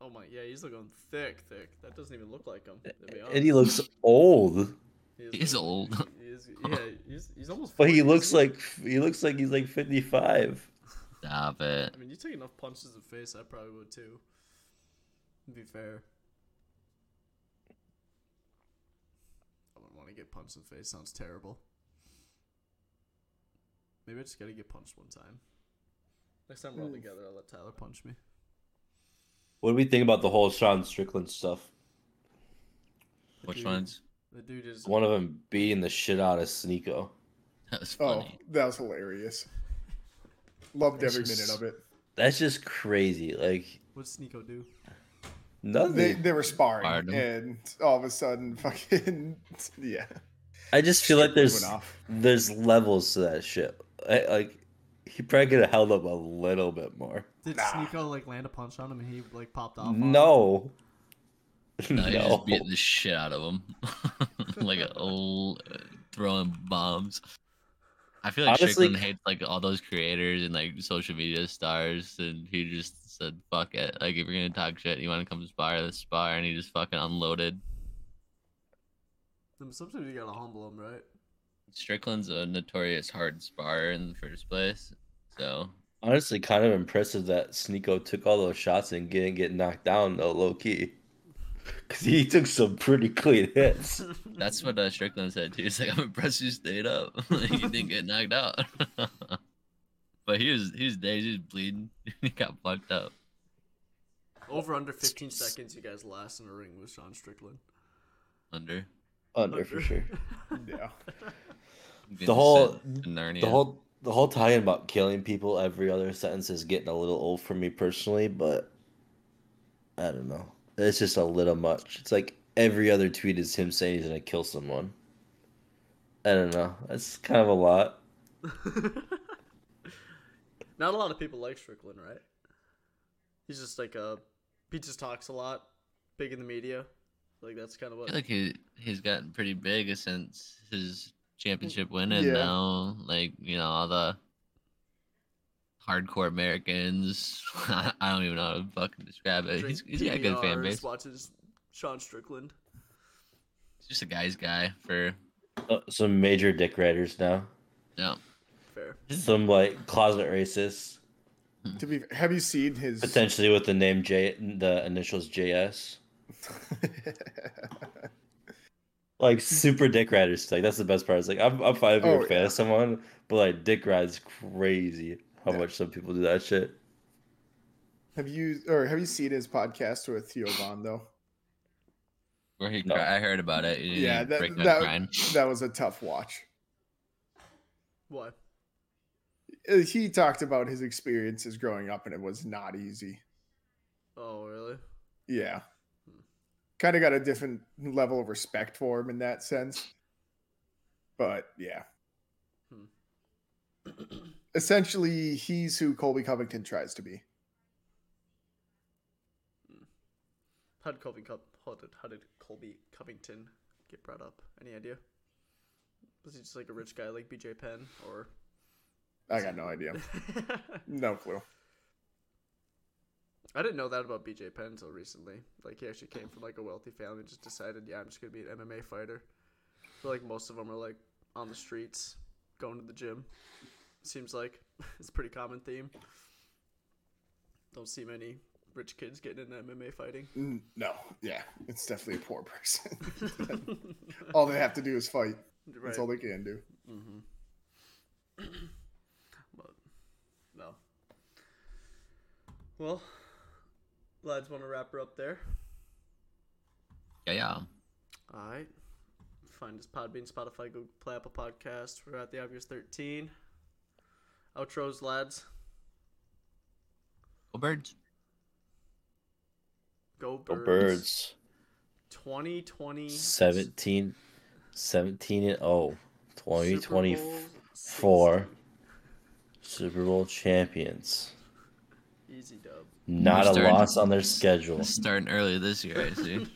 [SPEAKER 3] Oh my, yeah, he's looking thick, thick. That doesn't even look like him. To
[SPEAKER 4] Eh,
[SPEAKER 3] be honest.
[SPEAKER 2] And he looks old,
[SPEAKER 3] He is
[SPEAKER 4] he's
[SPEAKER 3] looking-
[SPEAKER 4] old.
[SPEAKER 3] He is, yeah, he's, he's almost.
[SPEAKER 2] but
[SPEAKER 3] 40,
[SPEAKER 2] he
[SPEAKER 3] isn't
[SPEAKER 2] looks like he looks like he's like fifty five.
[SPEAKER 4] Stop it.
[SPEAKER 3] I mean, you take enough punches in the face, I probably would too. To be fair. I wouldn't want to get punched in the face. Sounds terrible. Maybe I just gotta get punched one time. Next time we're all together, I'll let Tyler punch me.
[SPEAKER 2] What do we think about the whole Sean Strickland stuff?
[SPEAKER 4] Which
[SPEAKER 3] dude-
[SPEAKER 4] ones?
[SPEAKER 3] The dude is
[SPEAKER 2] One of them beating the shit out of Sneeko.
[SPEAKER 4] That was
[SPEAKER 5] Oh,
[SPEAKER 4] funny.
[SPEAKER 5] that was hilarious. Loved every minute of it.
[SPEAKER 2] That's just crazy. Like
[SPEAKER 3] What's Nico do?
[SPEAKER 2] nothing.
[SPEAKER 5] They they were sparring,
[SPEAKER 4] Fired him.
[SPEAKER 5] and all of a sudden, fucking yeah.
[SPEAKER 2] I just feel like
[SPEAKER 5] Moving
[SPEAKER 2] there's
[SPEAKER 5] off.
[SPEAKER 2] there's levels to that shit. I, like he probably could have held up a little bit more.
[SPEAKER 3] Did Sneeko like land a punch on him and he like popped off? on him?
[SPEAKER 2] No.
[SPEAKER 4] No, you
[SPEAKER 2] No.
[SPEAKER 4] just beat the shit out of him, like a, l- throwing bombs. I feel like
[SPEAKER 2] Honestly-
[SPEAKER 4] Strickland hates like all those creators and like social media stars, and he just said "fuck it." Like if you're gonna talk shit, you want to come spar, let's spar, and he just fucking unloaded.
[SPEAKER 3] Then Sometimes you gotta humble him, right?
[SPEAKER 4] Strickland's a notorious hard sparrer in the first place, so
[SPEAKER 2] Honestly, kind of impressive that Sneeko took all those shots and didn't get knocked down though, low key. Cause he took some pretty clean hits.
[SPEAKER 4] that's what uh, Strickland said too. He's like, "I'm impressed you stayed up. Like, you didn't get knocked out." but he was he was dead. He was bleeding. he got fucked up.
[SPEAKER 3] Over under 15 seconds, you guys last in a ring with Sean Strickland.
[SPEAKER 4] Under
[SPEAKER 2] Under Oh, for sure.
[SPEAKER 5] Yeah.
[SPEAKER 4] Getting
[SPEAKER 2] whole-
[SPEAKER 4] sent to Narnia.
[SPEAKER 2] The whole the whole talking about killing people every other sentence is getting a little old for me personally, but I don't know. It's just a little much. It's like every other tweet is him saying he's gonna kill someone. I don't know. That's kind of a lot.
[SPEAKER 3] Not a lot of people like Strickland, right? He's just like a. He just talks a lot, big in the media. Like, that's kind of
[SPEAKER 4] I
[SPEAKER 3] what.
[SPEAKER 4] feel like he he's gotten pretty big since his championship win, and
[SPEAKER 5] yeah.
[SPEAKER 4] now like you know all the hardcore Americans. I don't even know how to fucking describe it.
[SPEAKER 3] drinks
[SPEAKER 4] he's he's got a good fan
[SPEAKER 3] PBRs,
[SPEAKER 4] base.
[SPEAKER 3] Watches Sean Strickland.
[SPEAKER 4] He's just a guy's guy for
[SPEAKER 2] Uh, Some major dick riders now.
[SPEAKER 4] no.
[SPEAKER 3] Fair.
[SPEAKER 2] Some like closet racists,
[SPEAKER 5] To be, have you seen his?
[SPEAKER 2] potentially with the name J, the initials JS. Like super dick riders. Like that's the best part. It's like I'm, I'm fine if you're
[SPEAKER 5] Oh,
[SPEAKER 2] a fan
[SPEAKER 5] yeah.
[SPEAKER 2] of someone, but like dick rides crazy. How much some people do that shit.
[SPEAKER 5] have you or have you seen his podcast with Theo Von though?
[SPEAKER 4] Where he
[SPEAKER 2] No.
[SPEAKER 4] cry- I heard about it. He
[SPEAKER 5] Yeah, that
[SPEAKER 4] break out crying.
[SPEAKER 5] that, that was a tough watch.
[SPEAKER 3] Why?
[SPEAKER 5] Uh, He talked about his experiences growing up, and it was not easy.
[SPEAKER 3] Oh, really?
[SPEAKER 5] Yeah. Kind of got a different level of respect for him in that sense. But yeah.
[SPEAKER 3] Hmm.
[SPEAKER 5] Essentially, he's who Colby Covington tries to be.
[SPEAKER 3] How did Colby Cup? How did, how did Colby Covington get brought up? Any idea? Was he just like a rich guy like BJ Penn or?
[SPEAKER 5] I got no idea. No clue.
[SPEAKER 3] I didn't know that about BJ Penn until recently. Like he actually came from like a wealthy family and just decided, yeah, I'm just gonna be an MMA fighter. I feel like most of them are like on the streets, going to the gym. Seems like it's a pretty common theme. Don't see many rich kids getting into MMA fighting.
[SPEAKER 5] N- No. Yeah. It's definitely a poor person. all they have to do is fight. That's all they can do.
[SPEAKER 3] No. Well, lads, want to wrap her up there?
[SPEAKER 4] Yeah, yeah.
[SPEAKER 3] All right. Find us Podbean, Spotify, Google Play, Apple Podcast. We're at the obvious thirteen. Outros, lads.
[SPEAKER 4] Go birds.
[SPEAKER 3] Go
[SPEAKER 2] Go
[SPEAKER 3] birds.
[SPEAKER 2] birds.
[SPEAKER 3] Twenty twenty.
[SPEAKER 2] 17, 17 and oh, 0. 2024
[SPEAKER 3] Super
[SPEAKER 2] Super Bowl champions.
[SPEAKER 3] Easy dub.
[SPEAKER 2] Not a
[SPEAKER 4] starting-
[SPEAKER 2] loss on their schedule.
[SPEAKER 4] Starting early this year, I see.